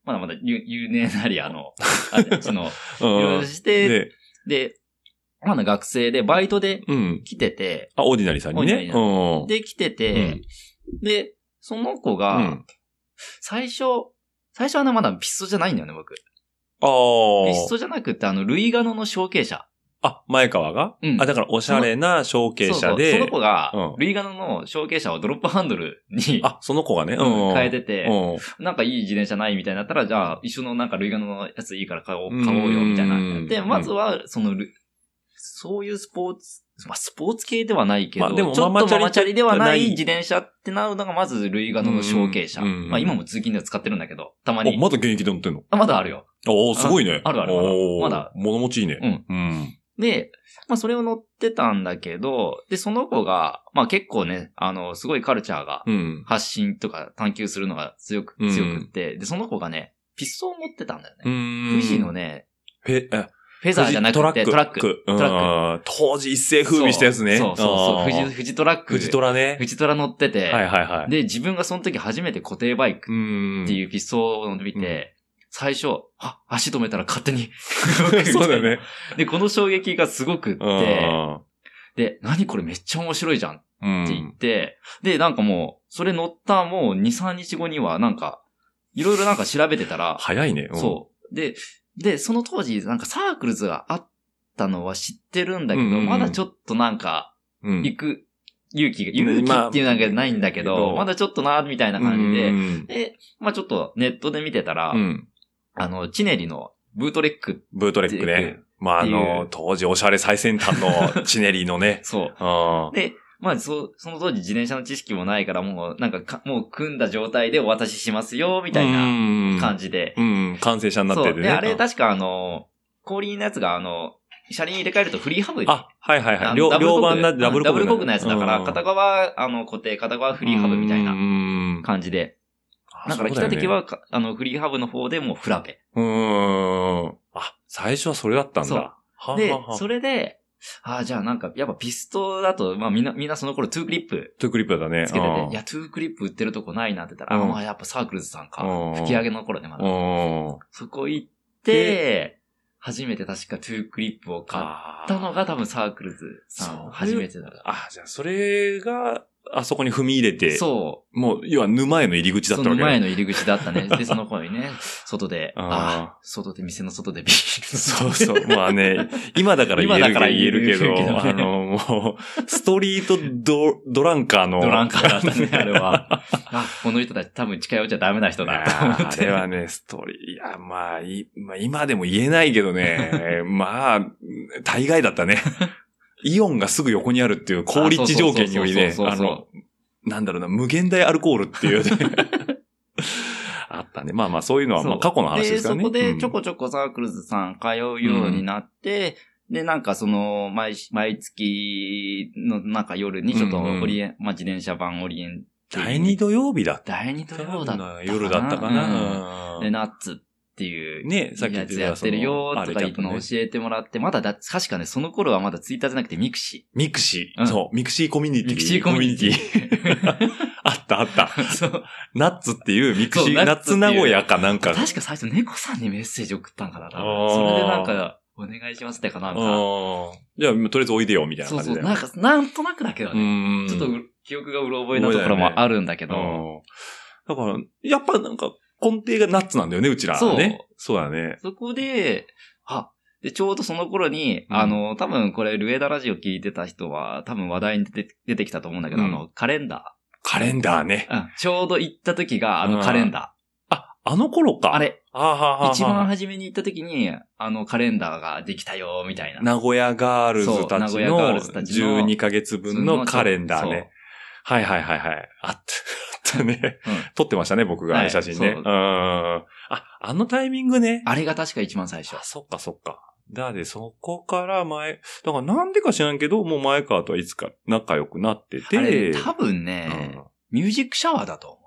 まだまだ有有名なり、あの、 *laughs* あその、いろいろうん。して、で、で、まだ学生で、バイトでうん。来てて、あ、オーディナリーさんにオーディナリねー。さんうん。で、来てて、で、その子うが、ん。最初、最初はね、まだピストじゃないんだよね、僕。あピスートじゃなくて、あの、ルイガノの承継者。あ、前川がうんあ、だからおしゃれな承継者で。そうそうその子が、うんルイガノの承継者をドロップハンドルに、あ、その子がね。うんうん。変えてて、うん。なんかいい自転車ないみたいになったら、じゃあ、一緒のなんかルイガノのやついいから買おう、買おうよ、みたいうんな。で、まずは、そのル、そういうスポーツ、まあ、スポーツ系ではないけど、まあでもちょマっマとチャマリマチャリではなないい自転車ってなるのが、まず、ルイガノの承継者。うんうんまあ、今も通勤では使ってるんだけど、たまお、に。まだ現役で乗ってんのあまだあるよ。おー、すごいね。ああるあるまだおーまだ物持ちいいね。うん。で、まあそれを乗ってたんだけど、で、その子が、まあ結構ね、あの、すごいカルチャーがう、ん。発信とか探求するのが強くう、ん強くって、で、その子がね、ピストルを持ってたんだようね。ん。富士のね、へ、え、フェザーじゃなくて、トラック。トラック。うんトラ当時一世風靡したやつね。そうそうそうあそう、ー富士、富士トラック。富士トラね。富士トラ乗ってて、はいはいはい。で、自分がその時初めて固定バイクうん。。っていうピストルを見て、最初、あ、足止めたら勝手に *laughs* そうだよね。。 *laughs* で、この衝撃がすごくって、で、何これめっちゃ面白いじゃんうん。って言って、で、なんかもう、それ乗ったもう2、3日後には、なんか、いろいろなんか調べてたら、早いね。うんそう。で、で、その当時、なんかサークルズがあったのは知ってるんだけど、うんうんうんまだちょっとなんか、うん。行く、勇気が、うん勇気まあっていうわけじゃないんだけけど、どまだちょっとな、みたいな感じで、うんで、まあちょっとネットで見てたら、うん。あの、チネリのブートレック、ブートレックね。まあ、あっていのう、。当時おしゃれ最先端のチネリーのね *laughs* そう、うん。で、まあ、そ、その当時自転車の知識もないから、もう、なんかか、もう組んだ状態でお渡ししますよ、みたいな感じ。じで。うん。完成車になっそてう。てで、ね。あれ、確かあの、後輪のやつが、あの、車輪入れ替えるとフリーハブあ、はいはいはあのい。両、ダブルコ両ー番クなダブルコーク。ダブルコークのやつだから、片側側、あの、固定、片側フリーハブみたいなな感じで。だから来た時、は、かあの、フリーハブの方でもうフラペ。そうだよねうん。あ、最初はそれだったんだ。そうはあではあ、それで、ああ、じゃあなんか、やっぱピストだと、まあみんな、みんなその頃トゥークリップトゥークリップだね。つけてうんて、いや、トゥークリップ売ってるとこないなって言ったら、うんあ、まあやっぱサークルズさんかうん。吹き上げの頃ね、まだ。うん。そこ行って、初めて確かトゥークリップを買っあたのが多分サークルズさん初めてだかあ、じゃあ、それが、あそこに踏み入れら。て、そもう、要は沼への入り口う。だっそたわのけだ前の入り口だ *laughs* ったね。で、その頃にね、外で、あーああ、外で、店の外でビール。そうそう。まあね、今だから言え今るだけからど、言えるけどねあの、もう、ストリートドドランカーの。ドランカーだったね、 *laughs* あれは。あ、この人たち多分近寄っちゃダメな人だと思って。あれはね、ストーリー、いや、まあ、いまあ、今でも言えないけど *laughs* ね、まあ、大概だったね。イオンがすぐ横にあるっていう高立地条件によりね、そうそうあそうそうそうの、なんだろうな、無限大アルコールっていうね、 *laughs* あったね。まあまあ、そういうのは、そうまあ、過去の話ですからね。そこでちょうんこちょこサークルズさん通うようになって、で、なんかその、毎し、毎月のなんか夜にちょっとオリエン、まあ、自転車版オリエンテ第二土曜日だっ第二土た曜だったかな。夜だったかうんな。うんで、ナッツっていう。ね、さっき言やってつたやってるよそのとかいうのあをれ教えてもらって、まだだ、確かね、その頃はまだツイッターじゃなくてミクシミクシうー。んそう、ミクシーコミュニー。ティ。ミクシーコミュニテコミュニティ。ィ。あったあった。 *laughs* そう。ナッツっていうミクシそー、うナナッッツツ名古屋かなんか。確か最初猫さんにメッセージ送ったんかな、多分あーそれでなんか、お願いしますってかなんか。あーじゃあ、とりあえずおいでよ、みたいなそう感そじう、で。なんか、なんとなくだけどうね。んちょっとう記憶がうろ覚えなところもあるんだけど、うんだから、やっぱなんか、根底がナッツなんだよね、うちらはね。そうだね。そこで、あ、で、ちょうどその頃に、うんあの、多分これ、ルエダラジオ聞いてた人は、多分話題に出て出てきたと思うんだけど、うんあの、カレンダカレンダーね。ー、うんちょうど行った時が、あのカレンダあ、あの頃ー。か。あれ、あーはーはーはー一番初めに行った時に、あのカレンダーができたよ、みたいな。名古屋ガールズたちそう名古屋ガールズのたちの12ヶ月分のカレンダーそうね。はいはいはいはい。あった、あったね。うん撮ってましたね、僕が、はい写真ね。。そううんあ、あのタイミングね。あれが確か一番最初あ、。そっかそっか。だで、そこから前、だからなんでか知らんけど、もう前川とはいつか仲良くなってあれ、て、多分ね、ミュージックシャワーだと思う。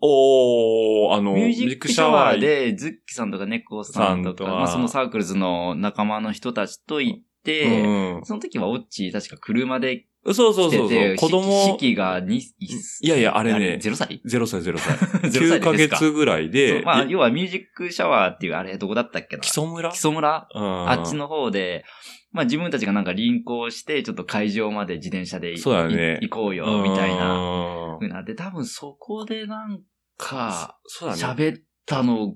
おおー、あの、ミュージックシャワーで、ズッキさんとかネコさんとさんか、とかまあ、そのサークルズの仲間の人たちと行っミュて、ージックシャワーその時はオッチー確か車でうん。そうそう来そうてそう。て、子供四、季が2、いいやいやあれね0歳 *laughs* 0歳0歳。 *laughs* ?0 歳9ヶですか月ぐらいそでう、まあ、い要はミュージックシャワーっていう、あれ、どこだったっけな木曽村木曽村うんあっちの方で、まあ自分たちがなんか輪行して、ちょっと会場まで自転車でいそうだよねい行こうよ、みたいな。なふうなで、多分そこでなんか、そうだね。喋ったの、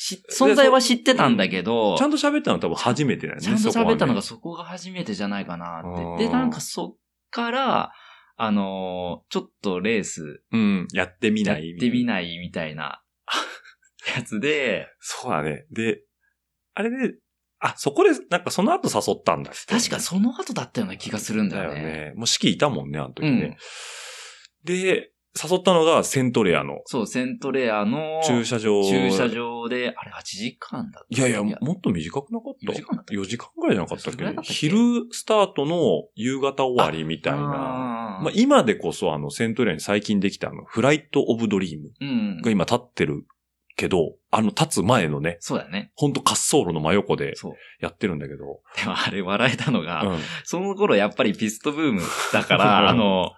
し存在は知ってたんだけど、ちゃんと喋ったのは多分初めてだよね。ちゃんとそこはね喋ったのがそこが初めてじゃないかなうんって。で、なんかそっから、あのーちょっとレースうん。やってみやなっい。てみないみた *laughs* いなやつで、そうだね。で、あれで、あ、そこで、なんかその後誘ったんだっけ確かその後だったような気がするんだだよよね。ね。もう式いたもんね、あの時ね。で、誘ったのがセントレアのそう、セントレアの駐車場。駐車。場で、あれ8時間だったいやいや、もっと短くなかった4時間だったっけ4時間ぐらいじゃなかったっそれぐらいだけったっけ昼スタートの夕方終わりみたいな。あーまあ、今でこそあのセントレアに最近できたあのフライトオブドリームうんが。今立ってるけど、あの立つ前のね、そうだよね。ほんと滑走路の真横でそう。やってるんだけど。でもあれ笑えたのが、うんその頃やっぱりピストブームだかうん *laughs* ら、あの、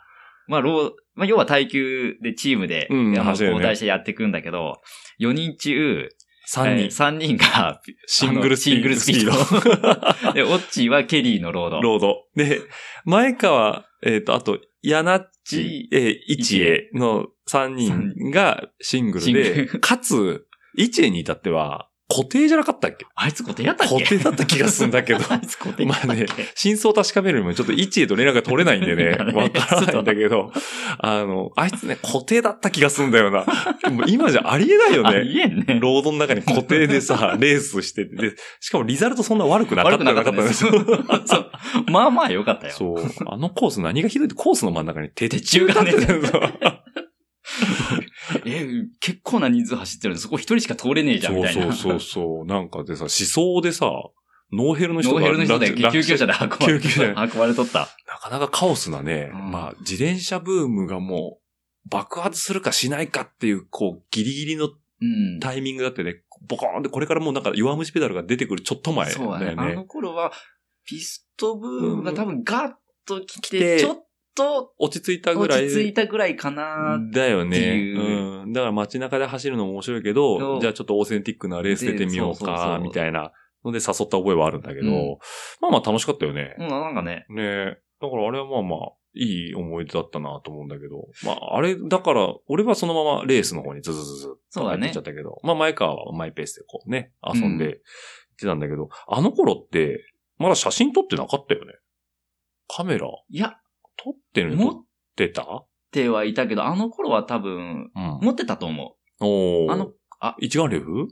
まあ、ロー、まあ、要は耐久でチームで、うんあの走るよね交代してやっていくんだけど、4人中、三えー人、三 *laughs* 人が、シングルスピード。シングルスピードーで、オッチーはケリーのロー *laughs* ド。ロード。で、前川、えっ、と、あと、ヤナッチ、えー、イチエの3人がシングルシンでグ、ルかつ、イチエに至っては、固定じゃなかったっけあいつ固定やったっけ固定だった気がするんだけど *laughs* あいつ固定だったっけ、まあね真相確かめるよりも、ちょっとイチエと連絡が取れないんでね *laughs* だか、らねわからないんだけど、あの、あいつね、固定だった気がするんだよな。もう今じゃありえないよあね。りえんね。ロードの中に固定で *laughs* さ、レースしてて、で、しかもリザルトそんな悪くなかった悪くなかったです。なかったね *laughs* そう。まあまあ良かったよ。そう。あのコース何がひどいってコースの真ん中に鉄鉄柱がね立ってたよえ、結構な人数走ってるのにそこ一人しか通れねえじゃん、みたいな。そうそうそうそう。なんかでさ、思想でさ、ノーヘルの人ノがーヘルの人で落車救急車で運ば救れ急車で運ばれとった。なかなかカオスなね、うんまあ、自転車ブームがもう、爆発するかしないかっていう、こう、ギリギリのうん。タイミングだってね、ボコーンってこれからもうなんか弱虫ペダルが出てくるちょっと前だそうよだねね。。あの頃は、ピストブームが多分ガッと来うて、んちょっと落ち着いたぐら落い。ち着いたぐらいかな。だよっねてい。ううん。だから街中で走るのも面白いけそど、うじゃあちょっとオーセンティックなレース出てみようでそうそうそか、うみたいなので誘った覚えはあるんだけど、うんまあまあ楽しかったよねう。ん、なんかね。ねえだからあれはまあまあ、いい思い出だったなと思うんだけど、まああれ、だから俺はそのままレースの方にズズズズっそうと入っだてねっちゃったけど、まあ前川はマイペースでこうね、遊んで行ってたんだけど、あの頃って、まだ写真撮ってなかったよね。カメラいや、撮ってる持の撮っってたてはいたけど、あの頃は多分、うん。持ってたと思おう。ーあの、あ、一眼レフ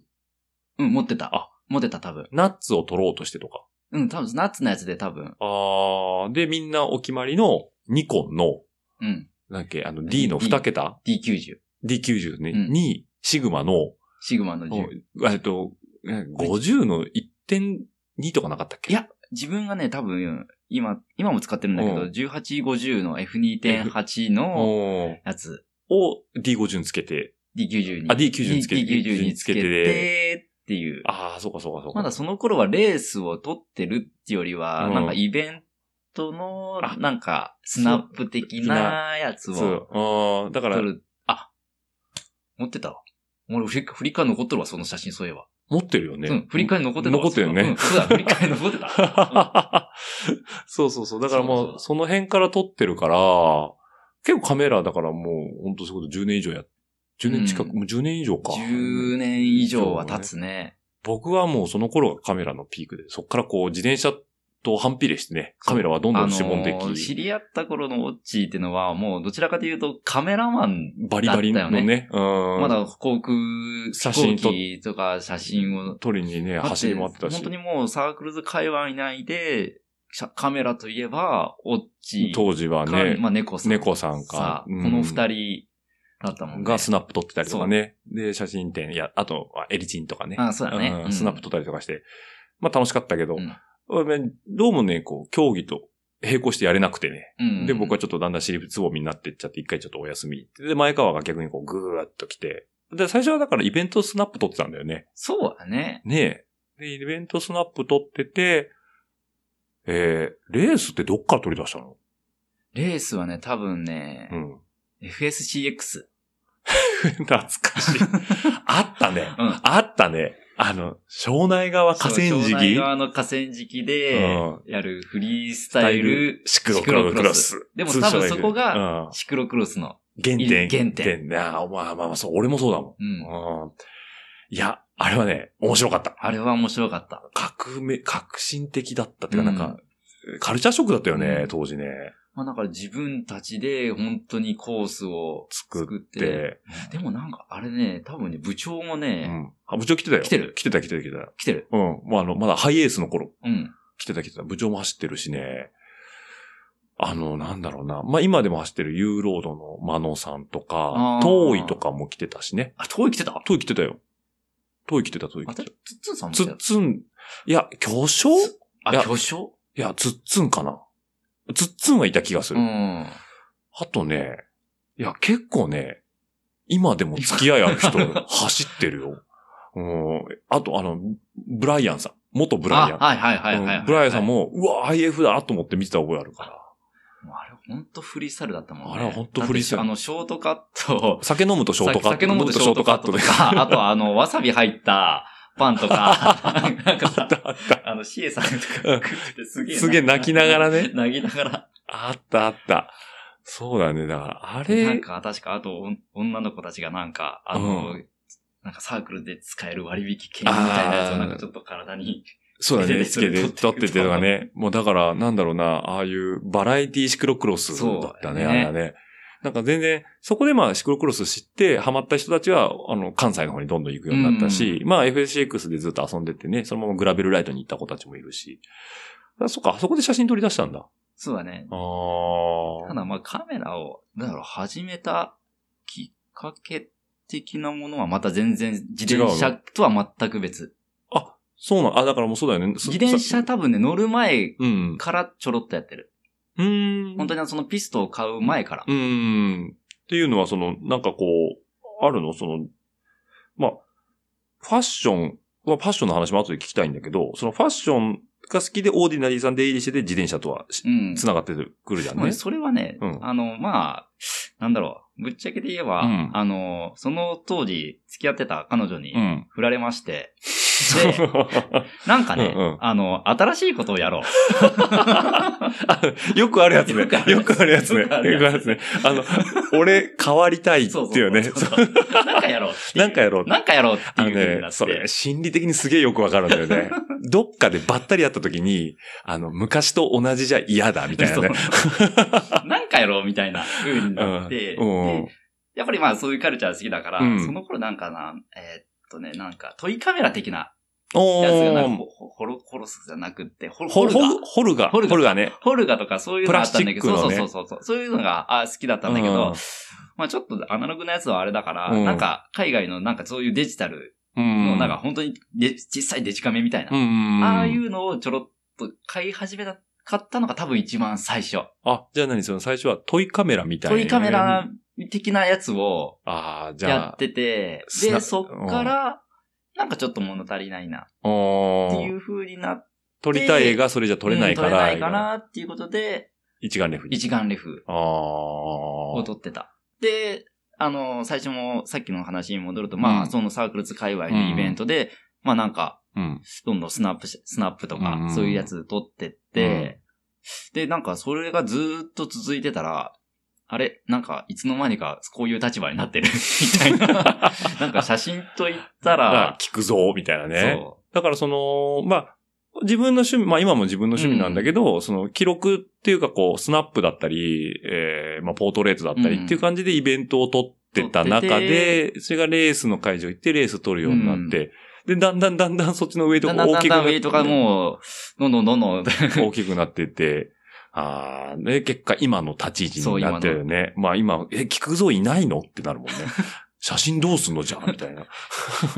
うん、持ってた。あ持ってた、多分。ナッツを取ろうとしてとか。うん、多分、ナッツのやつで多分。ああ、で、みんなお決まりのニコンの、うん、なんだっけ、あの D の2桁 D90。 ?D90 ね、うんに、シグマの、シグマの10。えっと、50の1.2とかなかったっけいや自分がね、多分、今、今も使ってるんだけど、うん1850の F2.8 のおーやつ、を D50 につけて。 D90 に。あ D90 につけて D90 につけて、っていう。ああ、そうかそうかそうか。まだその頃はレースを撮ってるってよりは、うんなんかイベントのあ、なんか、スナップ的なやつそをう。ああ、だから撮、る。あ、持ってたわ。俺、フリカ、フリカに残ってるわ、その写真、そういえば。持ってるよね。うん、振り返り残ってたわ。残ってるよねうん、そうだ、振り返り残ってた。 *laughs* そうそうそう。だからそうそうも、そううその辺から撮ってるから、結構カメラだからもう、ほんとそういうこと10年以上や、10年近く、うんもう10年以上か。 10年以上は経つね。僕はもうその頃がカメラのピークで、そっからこう、自転車と反比例してね、カメラはどんどんしぼんでき、あのー知り合った頃のオッチーってのは、もうどちらかというとカメラマン、バリバリのだね、ったようん。まだ航空、写写真真撮っとか写真を、撮りにね、走り回ってたし本当、にもうサークルズ界隈内で、しゃカメラといえば、オッチー当時はか、ね、まあ猫さん。猫さんかさうんこの二人だったもんね。がスナップ撮ってたりとかね。で、写真展、いや、あと、あエリチンとかね。あそうだねんうんスナップ撮ったりとかして。まあ楽しかったけど、うん俺ねどうもね、こう、競技と並行してやれなくてね。うんで、僕はちょっとだんだん尻つぼみになってっちゃって、一回ちょっとお休み。で、前川が逆にこう、ぐーっと来て。で、最初はだからイベントスナップ撮ってたんだよね。そうだね。ねえ。で、イベントスナップ撮ってて、えー、レースってどっから取り出したのレースはね、多分ね、うん。 *laughs* FSCX。懐かしい。あったね。うんあったね。あの、庄内川河川そう庄敷内川の河川敷でうん、やるフリーススタイル、シクロクロス。でも多分そこうが、んシクロクロスの、原点。原点ね。あーまあまあまあ、そう、俺もそうだもん。うん。うんいや、あれはね、面白かった。あれは面白かった。革命、革新的だったっていうか、うなんんか、カルチャーショックだったよね、うん当時ね。まあだから自分たちで本当にコースを作作っって。て、でもなんかあれね、多分ね、部長もうね、ん。あ、部長来てたよ。来てる来てた、来てた、来てた。来てる。うん。まあ、あの、まだハイエースの頃、うん。来てた、来てた。部長も走ってるしね。あの、なんだろうな。まあ、今でも走ってるユーロードのマノさんとかあ、ー遠いとかも来てたしね。あ、遠い来てた遠い来てたよ。遠い来てた、遠いあ、来たてつたっ。つんさんもつ来て。ったつん、いや、巨匠いいあ、や巨匠や、つっつんかな。つっつんはいた気がすうる。ん。あとね、いや、結構ね、今でも付き合いある人、走ってる *laughs* よ。うん、あと、あの、ブライアンさん。元ブライアあはいはいはいはいはい、ンうん。ブライアンさんも、うわ、IF だと思って見てた覚えあるから。もうあれほんとフリースタイルだったもんね。あれほんとフリースタイルだってあの、ショートカット。酒飲むとショートカット。酒飲むとショートカットとで。か、あとあの、わさび入ったパン *laughs* とか、なんかあさっ、たあった。あの、シエさんとか食ってすげえ。すげえ泣きながらね。泣きながら。あったあった。そうだね。だから、あなれん、か、確か、あと、お女の子たちがなんか、あの、うなんかサークルで使える割引券みたいなやつをなんかちょっと体に。そうだね。つつけけてて撮っててとかね。もうだから、なんだろうな、ああいうバラエティシクロクロスだったね、そうだあれねはね。なんか全然、そこでまあシクロクロス知って、ハマった人たちは、あの、関西の方にどんどん行くようになったし、まあ FSCX でずっと遊んでてね、そのままグラベルライトに行った子たちもいるし。あそっか、あそこで写真撮り出したんだ。そうだね。あたあ。だまあカメラを、なんだろう、始めたきっかけ的なものはまた全然、自転車とは全く別。そうなん、あ、だからもうそうだよね。そ自転さ車多分ね、乗る前うん。からちょろっとやってる。うーん。本当にあのそのピストを買う前から。うーん。っていうのは、その、なんかこう、あるのその、まあ、ファッション、まあファッションの話も後で聞きたいんだけど、そのファッションが好きでオーディナリーさん出入りしてて自転車とはしうん。繋がってくるじゃんまねあ。それはね、うんあの、まあ、なんだろう、ぶっちゃけで言えば、うんあの、その当時付き合ってた彼女にうん。振られまして、で、そなんかね、うんうんあの、新しいことをやろう。うよ *laughs* くあるやつねよくあ。るよくあるやつね。よくよくああるるややつつね。あの、俺変わりたいってそうそういうね。そうそうなんかやろうってい *laughs* う。なんかやろうなんかやろうってあいのう風ね、になって。それ、心理的にすげえよくわかるんだよ *laughs* ね。どっかでばったり会った時に、あの、昔と同じじゃ嫌だ、みたいなね。 *laughs* そうなんかやろうみたいな風になって、うんでやっぱりまあそういうカルチャー好きだから、うんその頃なんかな、えーっとね、なんかトイカメラ的なおやつがなんかー。ホホロ、ホロスじゃなくって、ホホホルルガガ。ホルガ。ホホルルガ。ガね。ホルガとかそういうのあったんだけプラど、スチックのそうねそうそうそう。そういうのがあ好きだったんだけうんど、まあちょっとアナログなやつはあれだから、うんなんか海外のなんかそういうデジタルうんの、なんか、本当にで実際デジカメみたいな、うん。ああい。うのをちょろっと買い始めたかったのが多分一番最初。あ、じゃあ何その最初はトイカメラみたいな。トイカメ。ラ的なやつをああ、じやゃっあ。ててじ、ゃあスナで、そっから、なんかちょっと物足りないな、おってーいう風になって、撮りたい映画、それじゃ撮れないから。うん撮れないかなっていうことで、一眼レフに。一眼レフあをあ。撮ってた。で、あの、最初もさっきの話に戻ると、まうあ、んそのサークルズ界隈のイベントで、まあなんか、うん。どんどんスナップし、スナップとか、うんそういうやつ撮ってって、で、なんかそれがずーっと続いてたら、あれなんか、いつの間にか、こういう立場になっ *laughs* てるみたいな。なんか、写真と言ったあら、聞くぞ、みたいなね。そだからその、まあ、自分の趣味、まあ今も自分の趣味なんだけど、その記録っていうかこう、スナップだったり、えーまあポートレートだったうりんっていう感じでイベントを撮ってた中で、それがレースの会場行ってレース撮るようになって、で、だんだんだんだんそっちのウェイう。トだがんだんだ大きくんだなっんウェイトがて、もう、どんどんどんどん、 *laughs* 大きくなってて、ああ、で、結果今の立ち位置になってるよね。まあ今、え、聞くぞいないのってなるもんね。 *laughs* 写真どうすんのじゃんみたいな。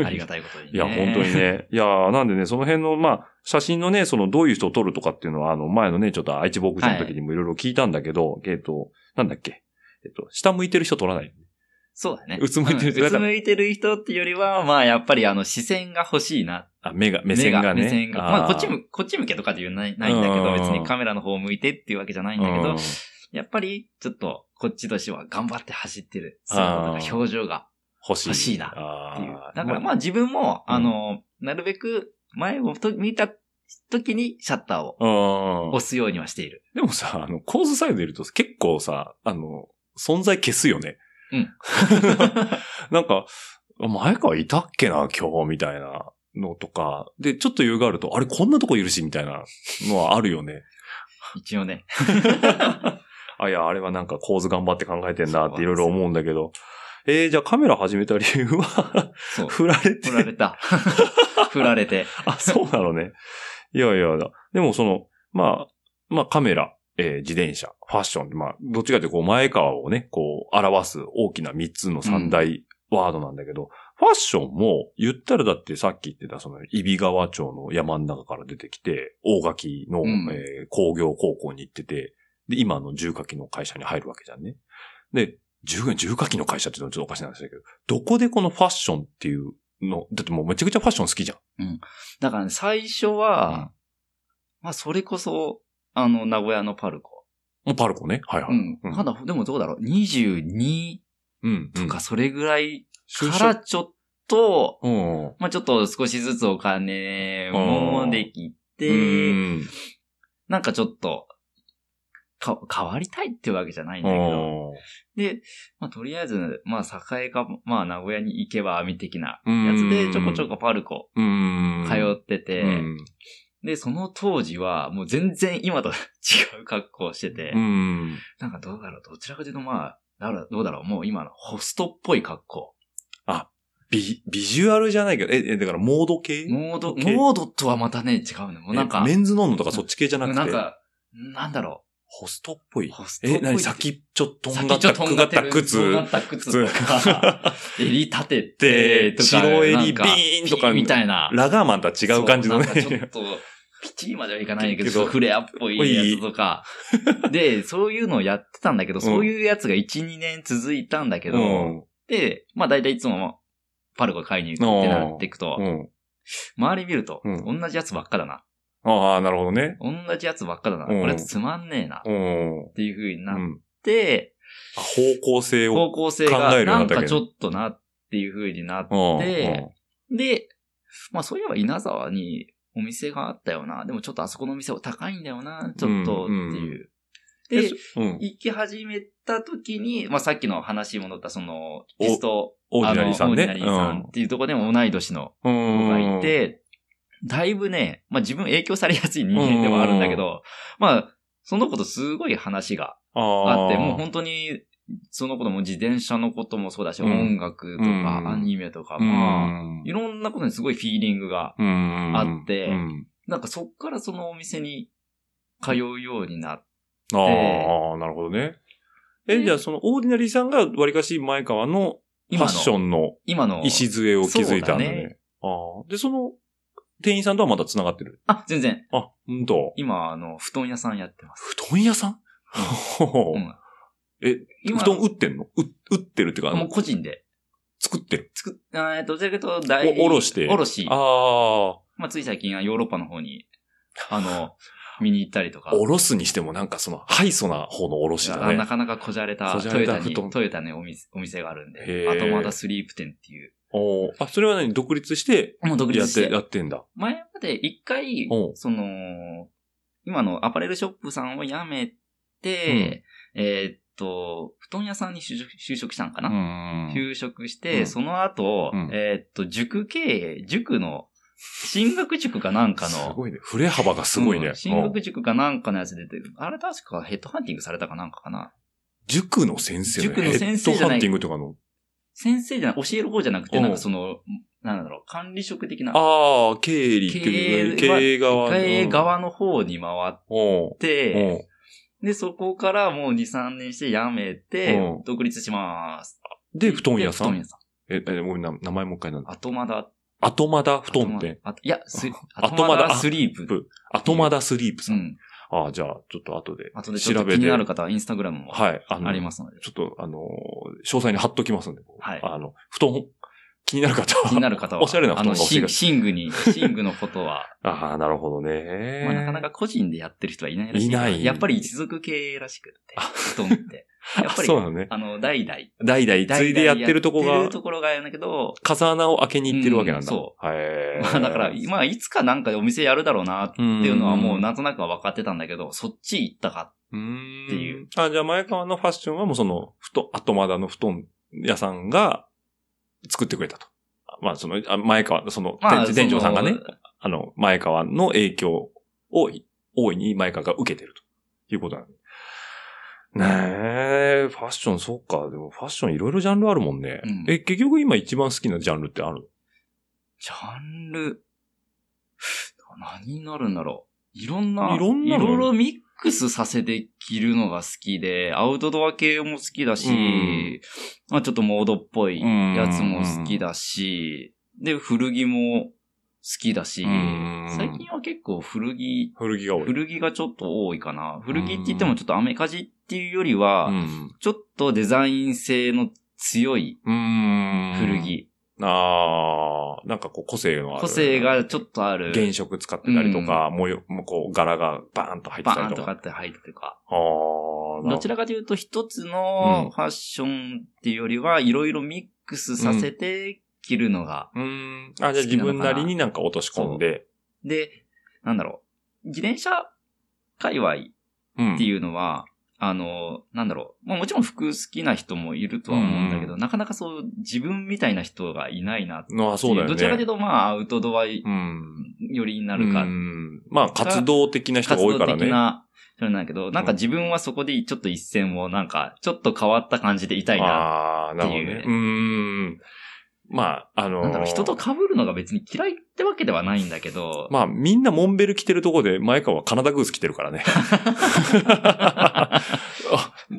ありがたいことに、ね。いや、本当に。ね。いやー、なんでね、その辺の、まあ、写真のね、その、どういう人を撮るとかっていうのは、あの、前のね、ちょっと愛知牧場の時にもいろいろ聞いたんだけど、えっと、なんだっけ。えっと、下向いてる人撮らない。そうだね。うつむいてる人人。うつむいてる人っていうよりは、まあ、やっぱりあの、視線が欲しいな。あ、目が、目線がね。目線が。まあ、こっち向、こっち向けとかで言うないないんだけうど、ん別にカメラの方向いてっていうわけじゃないんだけど、やっぱり、ちょっと、こっちとしては頑張って走ってる。そう、なんか表情が欲しい。欲しいなっていう。あーだからまあ自分も、あの、なるべく前をと見た時にシャッターをうん。押すようにはしている。でもさ、あの、構図サイドいると結構さ、あの、存在消すよね。うん。 *laughs* なんか、前川いたっけな、今日、みたいなのとか。で、ちょっと余裕があると、あれ、こんなとこいるし、みたいなのはあるよね。一 *laughs* 応ね。あ、いや、あれはなんか構図頑張って考えてんだっていろいろ思うんだけど。えー、じゃあカメラ始めた理由は、 *laughs* そう。振られて振られた。 *laughs* 振られて。 *laughs* あ、そうなのね。いやいや、だでもその、まあ、まあカメラ、えー自転車、ファッション、まあ、どっちかというとこう前川をね、こう表す大きな3つの3大ワードなんだけど、ファッションも言ったらだってさっき言ってたその、揖斐川町の山の中から出てきて、大垣の、うんえー工業高校に行ってて、で、今の重火器の会社に入るわけじゃんね。で、重重火器の会社っていうのはちょっとおかしいなんですけど、どこでこのファッションっていうの、だってもうめちゃくちゃファッション好きじゃん。だからね、最初は、まあそれこそ、あの、名古屋のパルコ。もうパルコね。はいはうい。ん。まだ、でもどうだろう。22うん。ととか、それぐらいか就ら職。ちょっと、うん。まあちょっと少しずつお金もできうて、んなんかちょっと、か、変わりたいってわけじゃないんうだけど。ん。で、まあ、とりあえず、まあ、栄か、まあ、名古屋に行けば、網的なうんやつで、ちょこちょこパルコうん。通ってて、で、その当時は、もう全然今と違う格好をしてて、うん。なんかどうだろう、どちらかというと、まあ、だろうどうだろう、もう今のホストっぽい格好。ビ、ビジュアルじゃないけど、え、えだからモード系モード、系モードとはまたね、違うの。もうなんかえ、メンズノンノとかそっち系じゃなくて。なんか、なんだろホストっぽう、い。ホストっぽいえ、って。なに先ちょっととんが先っちょた、っとくがったとんが靴。った靴靴とか、襟立ててで、とか、白襟ビなんーンとかみたいな。 *laughs* ラガーマンとは違う感じのねそ。なんかちょっと、ピチーまではいかないけけどど、フレアっぽいやつとか。で、そういうのをやってたんだけど、そういうやつが1、2年続いたんだけうど、ん。で、まあ大体いつも、パルコ買いに行くってなっていくと、うん。周り見ると、うん同じやつばっかだな。ああ、なるほどね。同じやつばっかだな。うんこれつまんねえな。っうん。ていう風になっうんて、あ方向性を。方向性考えがるようなになっんたわけねかちょっとなっていう風になっうんて、で、まあそういえば稲沢にお店があったよな。でもちょっとあそこのお店は高いんだよな。ちょっとっていうう。んで、うん。行き始めた時に、まあさっきの話に戻ったその、リスト、オーディナリーさんね。あのオーディナリーさんっていうところでも同い年の子うがん。いて、だいぶね、まあ自分影響されやすい人間ではあるんだけど、まあ、その子とすごい話があああって、もう本当に、そのことも自転車のこともそうだし、うん音楽とうかんアニメとか、うんまあ、いろんなことにすごいフィーリングが、うんあってうんなんかそっからそのお店に通うようになっああ、なるほどね。え、でじゃあそのオーディナリーさんがわりかし前川のファ今ッショの、ンの今の、礎を築いたんだね。そうだねああ。で、その店員さんとはまだ繋がってる。あ、全然、あ、ほんと。今、あの、布団屋さんやってます。布団屋さん、ほほうんえ、今布団売ってんのう売ってるっていうか、もう個人で、作ってる。作っ、あーえっと、どちらかというと代理おおろしておろし。ああ。まあ、つい最近はヨーロッパの方に、*laughs* あの、見に行ったりとか。おろすにしてもなんかその、ハイソな方のおろしだあなね。かなかこじゃれた、こじゃトれヨたタ布に、団トヨタにお店お店があるんへで、ーあとまだスリープ店っていう。おーあ、それは何独立して、もう独や立っしてて、。やってんだ。前まで一回おう、その、今のアパレルショップさんを辞めて、えーっと、布団屋さんに就職就職したんかな、ん就職して、うんその後、うんえーっと、塾経営、塾の、進学塾かなんかすの、ごいね。振れ幅がすごいね。うん進学塾かなんかのやつ出て、あれ確かヘッドハンティングされたかなんかかな塾の先生塾の先ヘッド生じゃハないンティングとかの。先生じゃな教える方じゃなくうて、んなんかその、なんだろう、管理職的な、ああ、経理っていう経営は経営側の。経営側の方に回っうん。て、うん。で、そこからもう2、3年して辞めてうん、独立します。で、布団屋さで布団ん。屋さん。え、え、ごめんな、名前もう一回なんだ。後まだ。後まだ布団店。あいや、す、後後ままだだスリープ。。後まだスリープうさん。ん。ああ、じゃあ、ちょっと後であとでちょ調っとべ気にて。なる方はインスタグラムもはい。あ。ありますすので。ちょっと、あのー、詳細に貼っときますんで。はいあの、布団、気になる方は。気になる方は、おしゃれな布あ団がの、欲しシいンシン *laughs* グに、シングのことは、ああ、なるほどね。まあ、なかなか個人でやってる人はいないらしい。いないやっぱり一族系らしくって、*laughs* 布団って。やっぱあり、そうあなのね。の、代々。代々、ついでやってるとこやってがる、ところがやんだけど、風穴を開けに行ってるわけなんだ。。うんそうへえ。まあだから、まあいつかなんかでお店やるだろうなっていうのはもうな、なんとなくは分かってたんだけど、そっち行ったか。うん。っていう。あ、じゃあ前川のファッションはもうその、ふと、後まだの布団屋さんが作ってくれたと。まあその、あ前川、その、まあ、店店長さんがそねの、。あの、前川の影響を大いに前川が受けてるということなんねえ、ファッション、そっか。でもファッションいろいろジャンルあるもんね。うんえ、結局今一番好きなジャンルってあるジャンル、何になるんだろう。いろんのな、いろんなのいろいろミックスさせて着るのが好きで、アウトドア系も好きだし、うんまあちょっとモードっぽいやつも好きだし、で、古着も好きだしうん、最近は結構古着、古着が多い。古着がちょっと多いかな。古着って言ってもちょっとアメカジっていうよりは、うんちょっとデザイン性の強いうん。古。着。ああ、なんかこう個性のある。個性がちょっとある。原色使ってたりとか、模様、もうこう柄がバーンと入ってバたーりとンとかか。って入ってとか。ああ、どちらかというと一つのファッションっていうよりは、いろいろミックスさせて着るのが。うん。あ、じゃあ自分なりになんか落とし込んで。で、なんだろう。自転車界隈うんっていうのは、あの、なんだろう。まあもちろん服好きな人もいるとは思うんだけど、なかなかそう自分みたいな人がいないなっていう。ああ、そうだよね。どちらかというとまあアウトドアようん。りになるかうんまあ、活動的な人が多いから活動的ね。な、それなんだけど、なんか自分はそこでちょっと一線をなんか、ちょっと変わった感じでいたいな。ああー、なるほどっねていうね。うん。まあ、あのーなんだろう、人と被るのが別に嫌いってわけではないんだけど、まあ、みんなモンベル着てるとこで、前川はカナダグース着てる *laughs* からね。あ、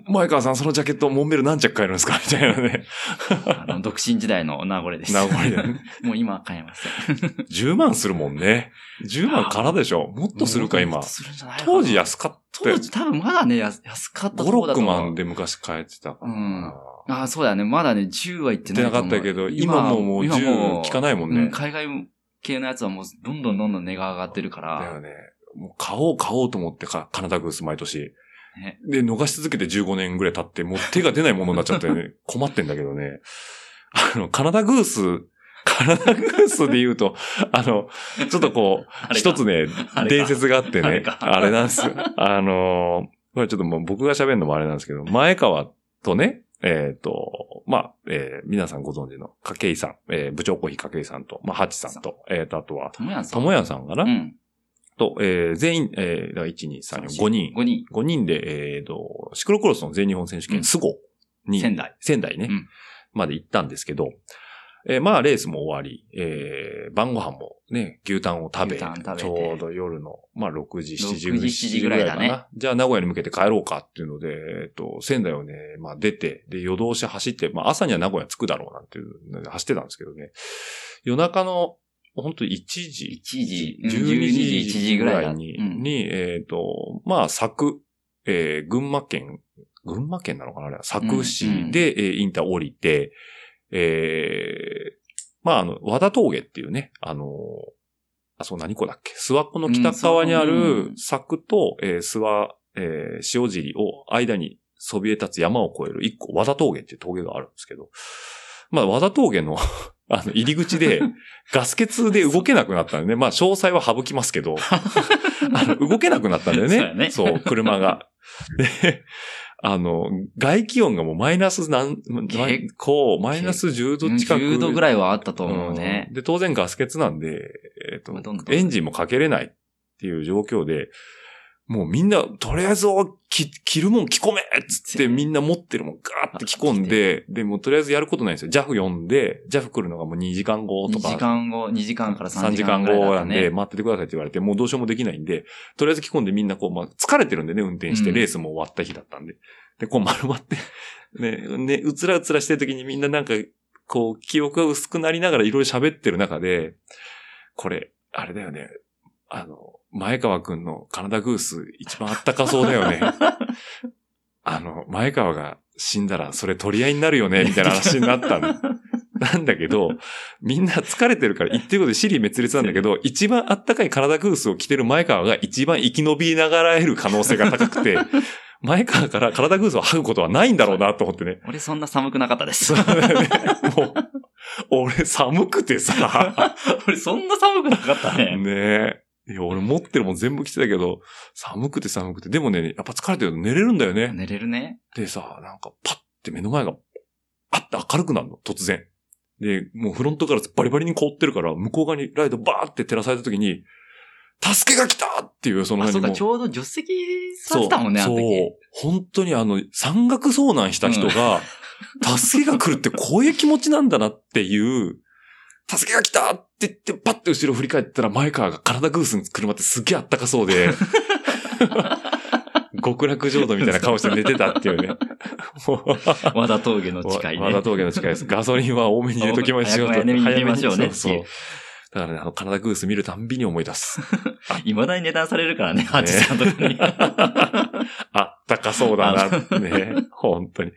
前川さん、そのジャケット、モンベル何着買えるんですかみたいな *laughs* ね。あの、独身時代の名残です。名残だね。 *laughs* もう今は買えません。 10万するもんね。10万からでしょ。もっとするか、も今っと。するんじゃないかな当時安かった当よ。時多分まだね、安安かった5、とこだと6思う万で昔買えてたかな。うんああ、そうだね。まだね、10は行って出ないなかと思っうたけど、今ももう今10聞かないもんね。うん海外系のやつはもうどんどんどんどん値が上がってるから。だよね。もう買おう買おうと思ってか、カナダグース毎年。ねで、逃し続けて15年ぐらい経って、もう手が出ないものになっちゃって、 *laughs* ね、困ってんだけどね。あの、カナダグース、カナダグースで言うと、あの、ちょっとこ *laughs* あう、れか一つねあれ、か伝説があってあねれ、かあれなんです *laughs* よ。あのーこれちょっともう僕が喋るのもあれなんですけど、前川とね、えっ、と、まあ、えー皆さんご存知の、筧さん、えー部長コーヒー筧さんと、まあ、ハチさんと、えっ、と、あとは、ともやんさん。友也さんかな、うん。と、えー全員、えー、だから1、2、3、4、5人。 5人。 5人で、えーと、シクロクロスの全日本選手う権、んスゴに、仙台。仙台ね、うんまで行ったんですけど、えーまあ、レースも終わり、えー晩ご飯もね、牛タンを食べ、牛タン食べてちょうど夜の、まあ、6時、7時6時7時ぐらいだねかなじゃあ、名古屋に向けて帰ろうかっていうので、えっ、と、仙台をね、まあ、出て、で、夜通し走って、まあ、朝には名古屋着くだろうなんていうので走ってたんですけどね、夜中の、本当1時、 1時、うん12 12時、時、 1 1時時ぐぐららいいだだ。に、うんに、えっ、と、まあ、柵、えー群馬県、群馬県なのかなあれは、柵市で、えーインター降りて、えーまあ、あの、和田峠っていうね、あのーあ、そう、何湖だっけ諏訪湖の北側にあうるん柵と、えー諏訪、えー塩尻を間にそびえ立つ山を越える一個、和田峠っていう峠があるんですけど、まあ、和田峠の、 *laughs* あの、入り口 *laughs* で、ガス欠で動けなくなったんでね、まあ、詳細は省きます *laughs* けど、あの動けなくなったんだよそうね。やねそう、車が。で、あの、外気温がもうマイナスなん、結こう、マイナス10度近く。 10度ぐらいはあったとと思うね。で、当然ガス欠なんで、えっ、まあどんどと、んエンジンもかけれないっていう状況で、もうみんな、とりあえずを着、着るもん着込めっつってみんな持ってるもんガーって着込んで、で、もうとりあえずやることないんですよ。JAF 呼んで、JAF 来るのがもう2時間後2とか。時間後、2時間から3 3時時間間ぐらい後だなったんねで、。待っててくださいって言われて、もうどうしようもできないんで、とりあえず着込んでみんなこう、まあ、疲れてるんでね、運転して、うんレースも終わった日だったんで。で、こう丸まって、ね、ね、うつらうつらしてる時にみんななんか、こう、記憶が薄くなりながらいろいろ喋ってる中で、これ、あれだよね。あの、前川くんのカナダグース一番あったかそうだよね。あの、前川が死んだらそれ取り合いになるよね、みたいな話になったの。なんだけど、みんな疲れてるから言ってることで尻滅裂なんだけど、一番あったかいカナダグースを着てる前川が一番生き延びながらえる可能性が高くて、前川からカナダグースを剥ぐことはないんだろうなと思ってね。 *laughs* 俺そんな寒くなかったですそう。だよね。もう、俺寒くてさ、俺そんな寒くなかったね。ねえ。いや、俺持ってるもん全部着てたけど、寒くて寒くて。でもね、やっぱ疲れてると寝れるんだよね。寝れるね。でさ、なんかパッて目の前が、パッて明るくなるの、突然。で、もうフロントガラスバリバリに凍ってるから、向こう側にライトバーって照らされた時に、助けが来たっていう、そのあ、そうもか、ちょうど助手席さってたもんね、あそのう時。そう。本当にあの、山岳遭難した人が、助けが来るってこういう気持ちなんだなっていう、助けが来たって言って、パッて後ろ振り返ったら、前川が体グースに車ってすっげえあったかそう *laughs* で、極楽浄土みたいな顔して寝てたっていうね。もう和田峠の近いね。わ和田峠の近いです。ガソリンは多めに入れときましょうと。早めに入れましょ早うねめにそうそう。だからね、あの、体グース見るたんびに思い出す。いまだに値段されるからね、ハチさんとかに。 *laughs* あったかそうだな、ね。本当に。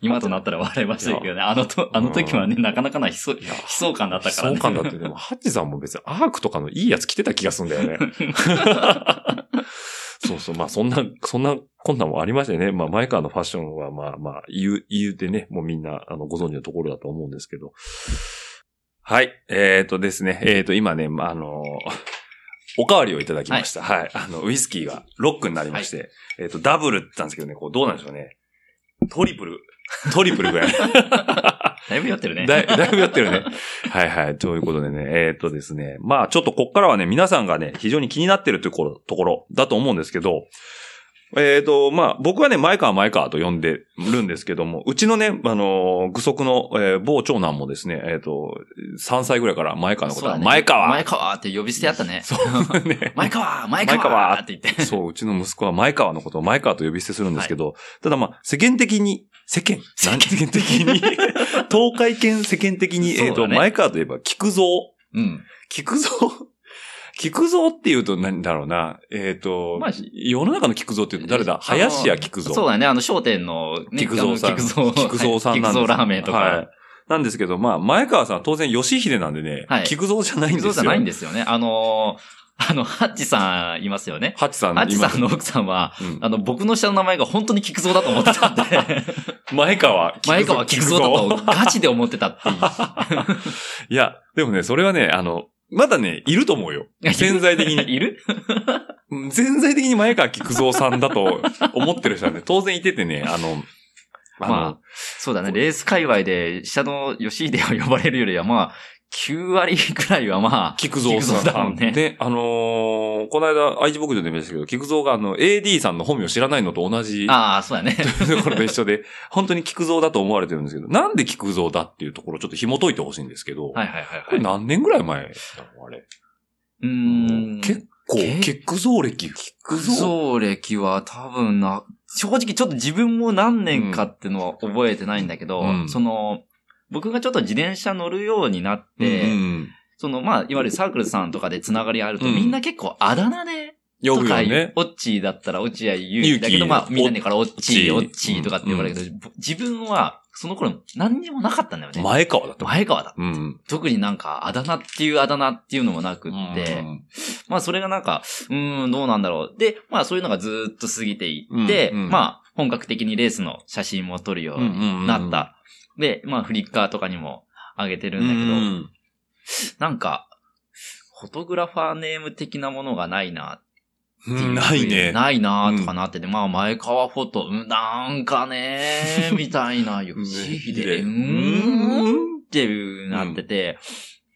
今となったら笑いましたけどね。あのと、あの時はね、なかなかな悲壮、悲いや壮感だったから悲ね。壮感だって、でも、ハッチさんも別にアークとかのいいやつ着てた気がするんだよ *laughs* ね。そうそう、まあそんな、そんな困難もありましてね。まあ前川のファッションはまあまあ言う、言うてね、もうみんなあのご存知のところだと思うんですけど。はい。えっ、とですね。えっ、と、今ね、まああのおかわりをいただきました。はい、あの、ウイスキーがロックになりまして、えっ、と、ダブルって言ったんですけどね、こう、どうなんでしょうね。トリプル。トリプルぐらい。だいぶ酔ってるね。だいだいぶやってるね。はいはい。ということでね、えーっとですね。まあちょっとこっからはね、皆さんがね、非常に気になってるところ、ところだと思うんですけど、えーっと、まあ僕はね、前川前川と呼んでるんですけども、うちのね、あのー、具足の、えー某長男もですね、えーっと、3歳ぐらいから前川のことそうだは、ね前川前川って呼び捨てやったね。そう *laughs* ね。前川前前川川って言って。そう、うちの息子は前川のことを前川と呼び捨てするんですけど、ただまあ、世間的に、世間、世間世間的に、 *laughs* 東海圏世間的に、えっ、そうと、だね前川といえば、菊蔵。うん。菊 *laughs* 蔵菊蔵って言うと何だろうな。えっ、と、まあ世の中の菊蔵って言うと誰だ林家菊蔵。そうだね、あの、商店の、 *laughs* ね、菊蔵さん。あの菊菊蔵。蔵さんなんです菊蔵ラーメンとか。はい。なんですけど、まあ、前川さんは当然吉秀なんでね、はい菊蔵じゃないんです菊よ。蔵じゃないんでですよね。あのー、あの、ハッチさんいますよね。ハチさんハッチさんの今奥さんは、うんあの、僕の下の名前が本当に菊蔵だと思ってたんで、前川菊蔵。前川菊蔵だとガチで思ってたっていう。いや、でもね、それはね、あの、まだね、いると思う *laughs* よ。潜在的に。いるうん潜在的に前川菊蔵さんだと思ってる人はね、当然いててね、あの、あのまあ、そうだね。レース界隈で、下の吉秀を呼ばれるよりは、まあ、9割くらいはまあ、菊蔵さん。だもんね。で、あのーこの間、愛知牧場で見ましたけど、菊蔵があの、AD さんの本名知らないのと同じ、ああ、そうだね。ところと一緒で、本当に菊蔵だと思われてるんですけど、なんで菊蔵だっていうところをちょっと紐解いてほしいんですけど、はいはいはいこれはい。何年ぐらい前だろうあれ。うーん。結構、け菊蔵歴。菊菊蔵歴は多分な、正直ちょっと自分も何年かってのは覚えてないんだけど、うんその、僕がちょっと自転車乗るようになっうんて、うんその、まあ、いわゆるサークルさんとかでつながりあると、うんみんな結構あだ名で、よとくよか、ね。オッチーだったら、オッチーやユーキだけユーど、キまあ、みんなにからオッチー、オオッッチチーーとかって言われるけど、自分は、その頃何にもなかったんだよね。前川だった。前川だ。うん。特になんか、あだ名っていうあだ名っていうのもなくっうて、んまあそれがなんか、うーん、どうなんだろう。で、まあそういうのがずーっと過ぎていって、うんうんまあ本格的にレースの写真も撮るようになった。で、まあフリッカーとかにも上げてるんだけど、うんなんか、フォトグラファーネーム的なものがないなってううんないね。ないなーとかなってて、まあ前川フォト、うんなんかねー、みたいな、ようんしひで、ううーん、んっていうなってて、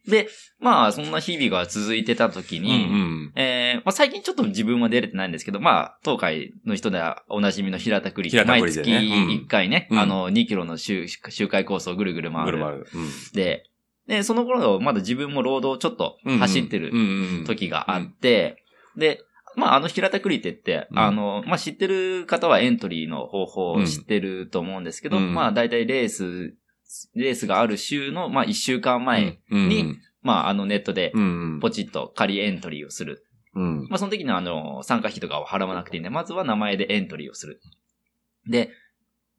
で、まあそんな日々が続いてた時うに、ん。えーまあ、最近ちょっと自分は出れてないんですけど、まあ、東海の人ではおなじみの平田栗、平田栗毎で月ねうん1回ね、うんあの、2キロの周周回コースをぐるぐるぐ回るまる。る。うんで、で、その頃、まだ自分もロードをちょっと走ってる時があって、で、まあ、あの平田クリテって、うんあの、まあ、知ってる方はエントリーの方法を知ってると思うんですけど、うんまあ、大体レースレースがある週の、まあ、一週間前、にに、まあ、あの、ネットでう、ん。ポチッと仮エントリーをする。うん。まあ、その時のあの、参加費とかを払わなくていいんで、まずは名前でエントリーをする。で、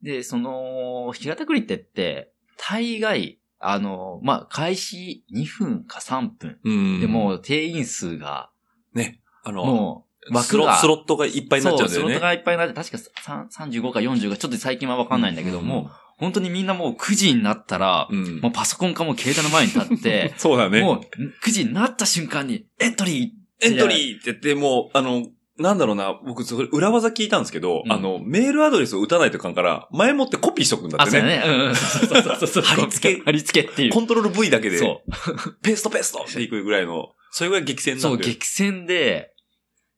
で、その、平田クリテって、大概、あの、まあ、開始2分か3分。うんで、も、定員数が、ね、あの、もう、ス枠ロが、スロットがいっぱいになっちゃうんだそよう、スロね。ットがいっぱいになって、確かさん35か40か、ちょっと最近はわかんないんだけども、本当にみんなもう9時になったら、うん、うんもうパソコンかもう携帯の前に立って、そうだ *laughs* ね。もう9時になった瞬間に、エントリーエントリーって言って、もう、あの、なんだろうな、僕、それ、裏技聞いたんですけど、うんあの、メールアドレスを打たないといかんから、前もってコピーしとくんだっあ、そてうだね。ね。うん *laughs* うん。そうそうそうそう。貼り付け貼り付けっていう。コントロール V だけで、そペーストペーストしていくぐらいの、それぐらい激戦う。なそんう、で。激戦で、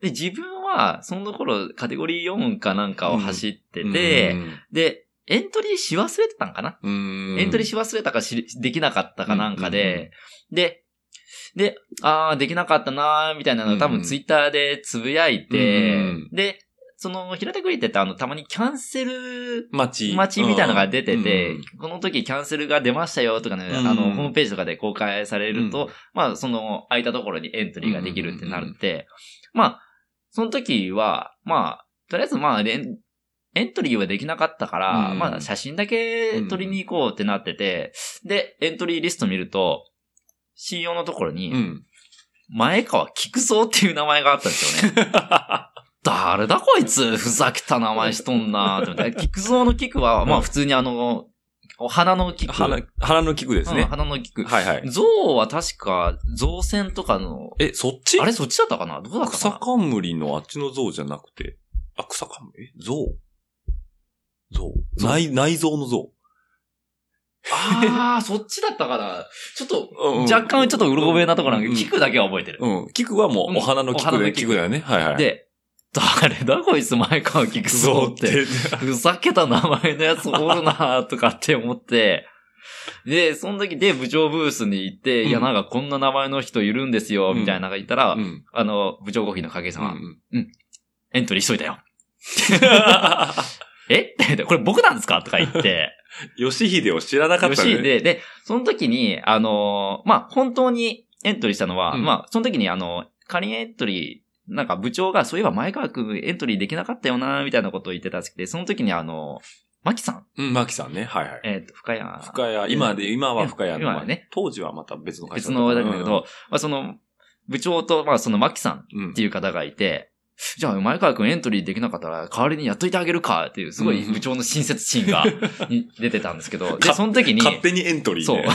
で、自分は、その頃、カテゴリー4かなんかを走ってて、で、エントリーし忘れてたんかな、うん、エントリーし忘れたかし、できなかったかなんかで、で、で、あー、できなかったなー、みたいなのを多うん分うんツイッターでつぶやいて、うんうんで、その、平手グリってってあの、たまにキャンセル待ち。待ちみたいなのが出てうて、んこの時キャンセルが出ましたよとかね、うんあの、ホームページとかで公開されると、うんまあ、その、空いたところにエントリーができるってなるって、まあ、その時は、まあ、とりあえずまあ、レンエントリーはできなかったから、うんまあ、写真だけ撮りに行こうってなってて、で、エントリーリスト見ると、C4 のところに、 *laughs* うん。前川菊蔵っていう名前があったんですよね。誰だこいつふざけた名前しとんなーって *laughs* 思って。菊蔵の菊は、まあ普通にあの、お花の *laughs* 菊。鼻、鼻の器具ですうんね。花の菊。はいはい。象は確か、造船とかの、え、そっちあれそっちだったかなどうだったか草な冠のあっちの像じゃなくて、あ、草冠え像像像内、内臓の像。ああ、そっちだったかなちょっと、 *laughs* うんうん若干ちょっとうろ覚えなところなんだうんけど、菊だけは覚えてる。うん。菊はもうう、んお花の菊お花で、の菊菊だよね。はいはい。、で、誰だこいつ前川菊蔵像っっ。てて。ふざけた名前のやつおるな *laughs* ーとかって思って、で、その時で部長ブースに行って、うんいや、なんかこんな名前の人いるんですよ、うんみたいなのがいたら、うん。あの、部長コーヒーの影さんは、うん *laughs* エントリーしといたよ。えって、これ僕なんですかとか言って、吉秀を知 *laughs* らなかよったしね。いで、で、その時に、あのーまあ、本当にエントリーしたのは、うんまあ、その時にあの、仮にエントリー、なんか部長が、そういえば前川くんエントリーできなかったよなーみたいなことを言ってたらしくて、その時にあの、マキさん、うん、マキさんね。はいはい。えっ、と、深谷。深谷、今で、今は深谷今のはね。当時はまた別の会社別の話題なんだけど、うまあその、部長と、まあその、マキさんんうんっていう方がいて、じゃあ、前川くんエントリーできなかったら、代わりにやっといてあげるかっていう、すごいうん部長の親切 *laughs* 心がに出てたんですけど、で、かその時に、勝手にエントリーそうね。。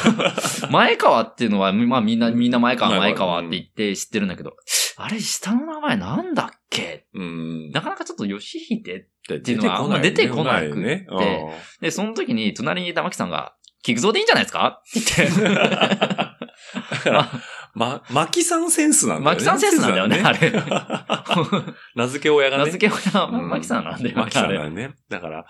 前川っていうのは、まあみんな、みんな前川、前前川川って言って知ってるんだけど、あれ、下の名前なんだっけうん。なかなかちょっと吉秀出ていうのはこない出てこなくてね。で、その時に、隣にいたマキさんが、菊蔵でいいんじゃないですかってう言んっだから、ま、マキさんセンスなて、んだよね。マキさんセンスなんだよね、あれ。名付け *laughs* 親がね。名付け親はうんマキさんなんだよね、マキさんだあれよね。だから、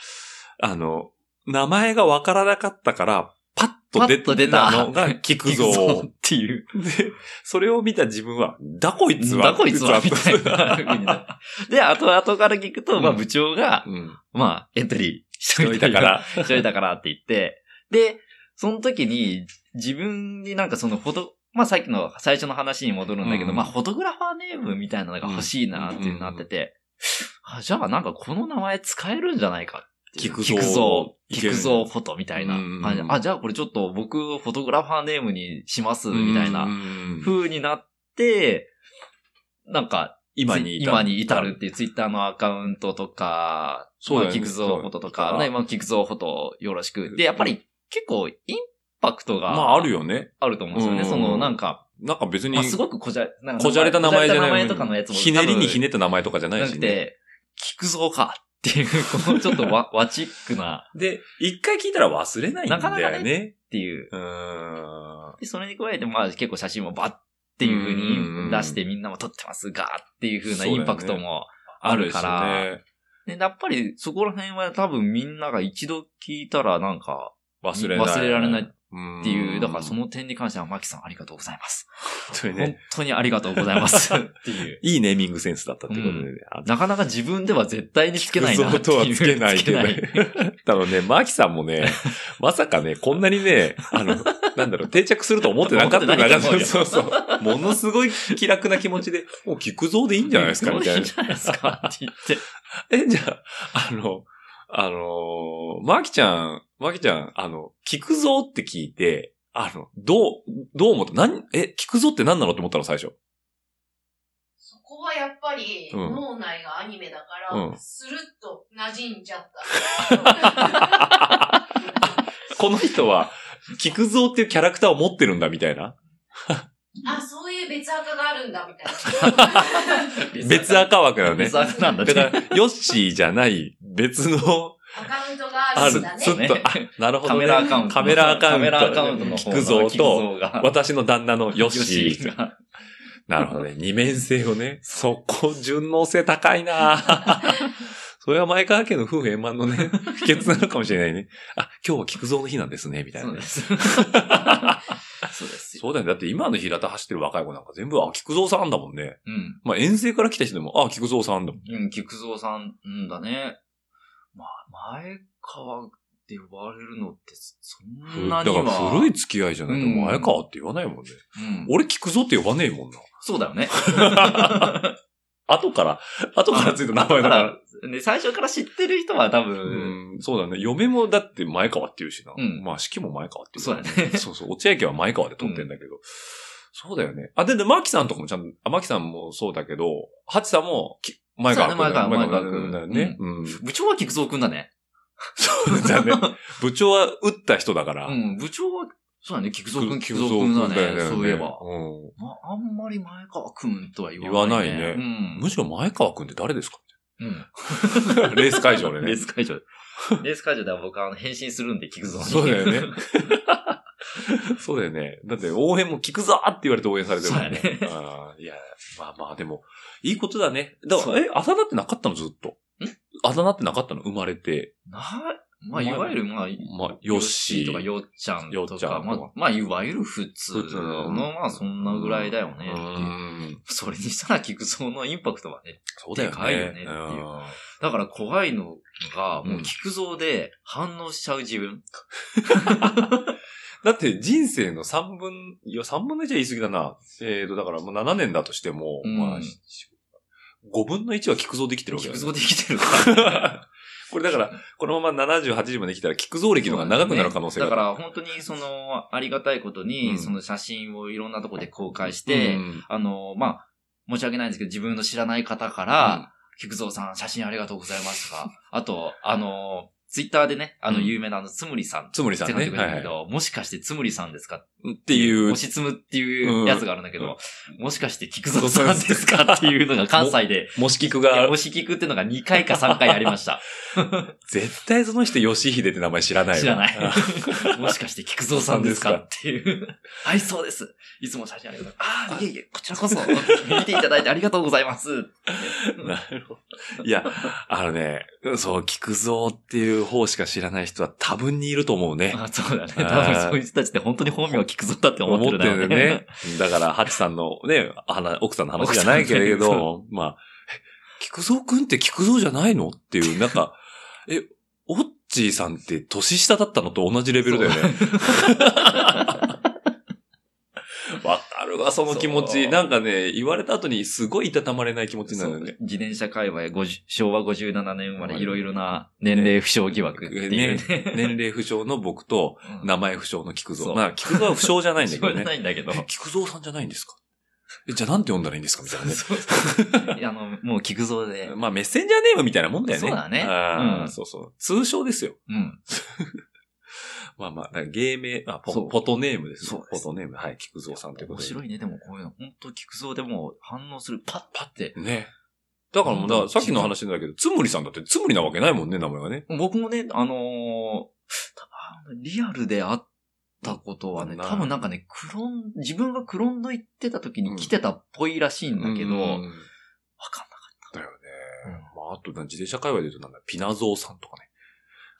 あの、名前がわからなかったから、パッパと出ッと出たたのが菊菊蔵蔵っ。ていう。で、それを見た自分は、だこ *laughs* いつは。だこいつはみたいな風になな。って。 *laughs* で、後々から聞くと、まあうん部長が、うん。まあエントリーし人いたか。ら。しといたからって言って、で、その時に自分になんかそのフォト、まあさっきの最初の話に戻るんだけど、うんまあフォトグラファーネームみたいなのが欲しいなっていうのになってて、あじゃあなんかこの名前使えるんじゃないかっていう。菊蔵菊蔵。いける菊蔵フォトみたいな感じでう。んあ、じゃあこれちょっと僕フォトグラファーネームにしますみたいな。うん風になって、なんか、今に今に至るっ。ていうツイッターのアカウントとか、そうだよねまあ、菊蔵フォトとそか、うね、まあ、菊蔵フォトよろしく。で、うんやっぱり結構インパクトまが、あ、あるよね。あると思うんですよね。うんその、なんか、なんか別にまあ、、すごくこじゃ、なんかこじゃれた名前じゃない。こじれた名前とかのやつも。ひねりにひねっった名前とかじゃないなしね。くて、菊蔵かっていう、このちょっとわ、わちっくなで、一回聞いたら忘れないんだよね。なかなかっていう。うーん。で、それに加えて、まあ、結構写真もバッっていう風に出してみんなも撮ってますが、っていう風なインパクトもあるからあるしねで、やっぱりそこら辺は多分みんなが一度聞いたらなんか忘れない。忘れられない。っっていう、だからその、の点に関しては、マキさんありがとうございます。本当に本ね、当にありがとうござい *laughs* ます。っていう。いいネーミングセンスだったってことでね。あなかなか自分では絶対につけないなっていう。菊蔵とはつけないけどつね。だからね、マキさんも *laughs* ね、まさかね、こんなにね、あの、なんだろう、定着すると思ってなかった思っかてないら、と思うよそうそう。ものすごい気楽な気持ちで、もう菊蔵でいいんじゃないですか、みたいんなじ。ゃないですかって言って。 *laughs* え、じゃあ、あの、あのー、マキちゃん、マキちゃん、あの、菊蔵って聞いて、あの、どう、どう思った何、え、菊蔵って何なのって思ったの、最初。そこはやっぱり、うん脳内がアニメだから、うんスルッと馴染んじゃった。 *laughs* この人 *laughs* は、菊蔵っていうキャラクターを持ってるんだ、みたいな。あ、そういう別垢があるんだ、みたい別ア赤枠なのね。別アなんだだかね。ら、ヨッシーじゃない、別の、な。アカウントがああるるんだ、ねず。っと、あ、なるほど、 *laughs* カね。メ *laughs* ラアカウントの。カメラアカウントカメラアカウントの方の菊蔵とが私の旦那のヨッシ吉ー。が。なるほど *laughs* ね。二面性をね。そこ、順応性高い *laughs* なそれは前川家の夫婦円満のね、秘訣なのかもしれないね。あ、今日は菊蔵の日なんですね、みたいそなうねで。す。そうですよ。そうだよね。だって今の平田走ってる若い子なんか全部、あ、菊蔵さんだもんね。うん。まあ、遠征から来た人でも、あ、菊蔵さんだもん。うん、菊蔵さん、うんだね。まあ、前川で呼ばれるのって、そんなだにかは。ら古い付き合いじゃないとうん前川って言わないもんね。うん、俺菊蔵って呼ばねえもんな。そうだよね。後から、後からついた名前だか。*laughs* だからら、ね、最初から知ってる人は多分、うん、そうだね。嫁もだって前川って言うしな。うんまあ、式も前川って言う。そうだね。 *laughs* そうそう。落合家は前川で撮ってんだけど。そうだよね。あ、で、で、マキさんとかもちゃんと、あ、マキさんもそうだけど、ハチさんもき、前川そうだね前川君だよ前川君ね。うん。部長は菊蔵くんだね。そうだね。部長は打った人だから。 *laughs* うん、部長は、そうだね、菊蔵くん、き菊蔵くんだね。きよそういえば、うまあ。あんまり前川くんとは言わわなないい、ねね。ん。むしろ前川君って誰 *laughs* ですかうん。うん。レース会場でレーね。ス *laughs* 会場で。レース会場では僕はあの変身するんで、菊蔵に。そうだよ *laughs* ね。そうだよね。だって応援も聞くぞーって言われて応援されてるもんね。そうだあーいや、まあまあでも、いいことだね。だかそうら、え、あだ名ってなかったのずっと。あだ名ってなかったの生まれて。な、まあ、いわゆる、まあ、まあ、ヨッシー。とか、よっちゃんよとっちゃか、んとかまあ、まあ、いわゆる普通普通の、のまあ、そんなぐらいだよねう。ん。それにしたら、菊蔵のインパクトはね。そうだよね。でかいよねっていううんだから、怖いのが、うもうん菊蔵で反応しちゃう自分。だって人生の3分、いや、3分の1は言い過ぎだな。えっ、と、だからもう7年だとしても、うんまあ、5分の1は菊蔵できてるわけだ菊よね蔵できて *laughs* るから。これだから、このまま70、80まで来たら、菊蔵歴の方が長くなる可能性がだあかる。ら、本当に、その、ありがたいことに、うんその写真をいろんなとこで公開して、うんあの、まあ、申し訳ないんですけど、自分の知らない方から、菊蔵さん、写真ありがとうございますとか、 *laughs* あと、あの、ツイッターでね、あの、うん有名なあの、つむりさん。つむりさっんてね。なってくるんはだいけど、もしかしてつむりさんですかっっていう押、しつむっていうやつがあるんだけど、もしかして菊蔵さんですそうそうかっていうのが関西で、もし菊いやが押、し菊っていうのが2回か3回あり *laughs* ました。絶対その人、吉秀って名前知らないわ知らないあ。 *laughs* もしかして菊蔵さんですかさんっていう。 *laughs* はい、そうです。いつも写真ありがとうございます。ああ、いえいえ、こちらこそ、見ていただいてありがとうございます。なるほど。 *laughs* いや、あのね、そう、菊蔵っていう方しか知らない人は多分にいると思うね。 *laughs* あそうだね。あ多ー分そういう人たちって本当に本名菊蔵だって思思っっててるるだろうよね。 *laughs* ね。だから、ハチさんのね、話奥さんの話じゃないけれ奥さんど、まあ、え菊蔵くんって菊蔵じゃないのっていう、なんか、え、オッチーさんって年下だったのと同じレベル *laughs* だよね。わかるわ、その気持そち。うなんかね、言われた後にすごいいたたまれない気持ちになるよね。自転車界隈、50昭和57年生まれ、いろいろな年齢不詳疑惑っていうね。年齢不詳の僕と、うん名前不詳の菊そ蔵。うまあ、菊蔵は不詳じゃないんだけしょ *laughs* どうがね。ないんだけど。え菊蔵さんじゃないんですかえじゃあなんて呼んだらいいんですかみたいなね。そうそういやあの、もう菊蔵で。まあ、メッセンジャーネームみたいなもんだよね。そうだねあーうんそうそう。通称ですよ。うん。まあまあ、だから芸名、あポそうポトネームですね。そうですポトネーム、はい、菊蔵さんということ面で。白いね。でもこういうの、本当菊蔵でもう反応する。パッパって。ね。だからもう、だからさっきの話だけど、つむりさんだってつむりなわけないもんね、名前がね。僕もね、あのーあのリアルで会ったことはね、な多分なんかね、クロン、自分がクロンド行ってた時に来てたっぽいらしいんだけど、わうんかんない。だよね。まあ、あと、自転車界隈で言うとなんだ、ピナゾーさんとかね。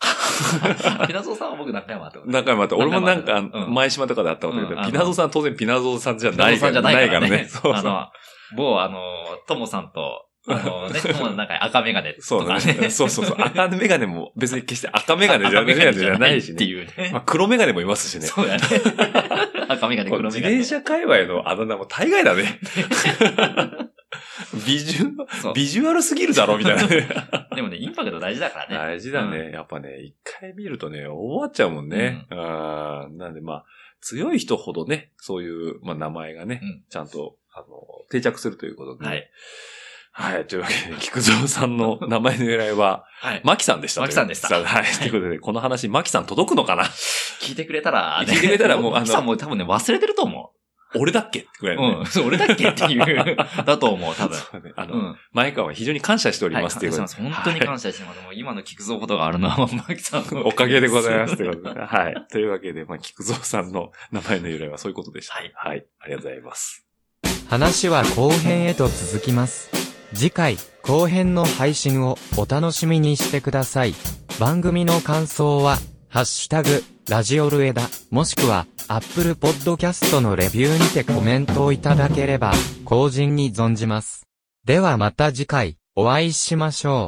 *laughs* ピナゾーさんは僕中山ってこと中山って、俺もなんか中山だう、ん前島とかであったことだけうんど、あのピナゾーさん当然ピナゾーさんじゃピナなゾーいかさんじらゃないから *laughs* ね。そうあそう。の、某あの、ともさんと、あ *laughs* のね、ともの中に赤メガネとそうかだね。ね。そうそうそう。赤メガネも別に決して赤メガネじゃ赤メガネじゃなないいっしねていうね。まあ、黒メガネもいますしね。そうだね。赤メガネ、これ黒自メガネ。転車界隈のあだ名も大概だ *laughs* ね。ビジュ、そうビジュアルすぎるだろ、みたいなね。でもね、インパクト大事だからね。 *laughs* 大事だね。やっぱね、一回見るとね、終わっちゃうもんね。あーなんでまあ、強い人ほどね、そういう、まあ、名前がね、うんちゃんと、あの、定着するということで。はい。はい。というわけで、菊蔵さん *laughs* の名前の由来は、はい。マキさんでした。マキさんでしたはい。ということで、この話、マキさん届くのかな聞いてくれたら、聞いてくれたらもうああのの、さんも多分ね、忘れてると思俺だっけぐらう。いのね。うん。そう、俺だっけって *laughs* いう、だと思う、多分。そうねあうの、ん。前川は非常に感謝しておりはい、ま感すってい謝うしことま。です本当に感謝してます。もう今の聞くぞことがあるのは、マキさんの *laughs* おかげでございますってことで。 *laughs* はい。というわけで、まあ、菊蔵さんの名前の由来はそういうことでした。はいはい。ありがとうございます。話は後編へと続きます。次回、後編の配信をお楽しみにしてください。番組の感想は、ハッシュタグ、ラジオルエダ、もしくは、Apple Podcast のレビューにてコメントをいただければ、後人に存じます。ではまた次回、お会いしましょう。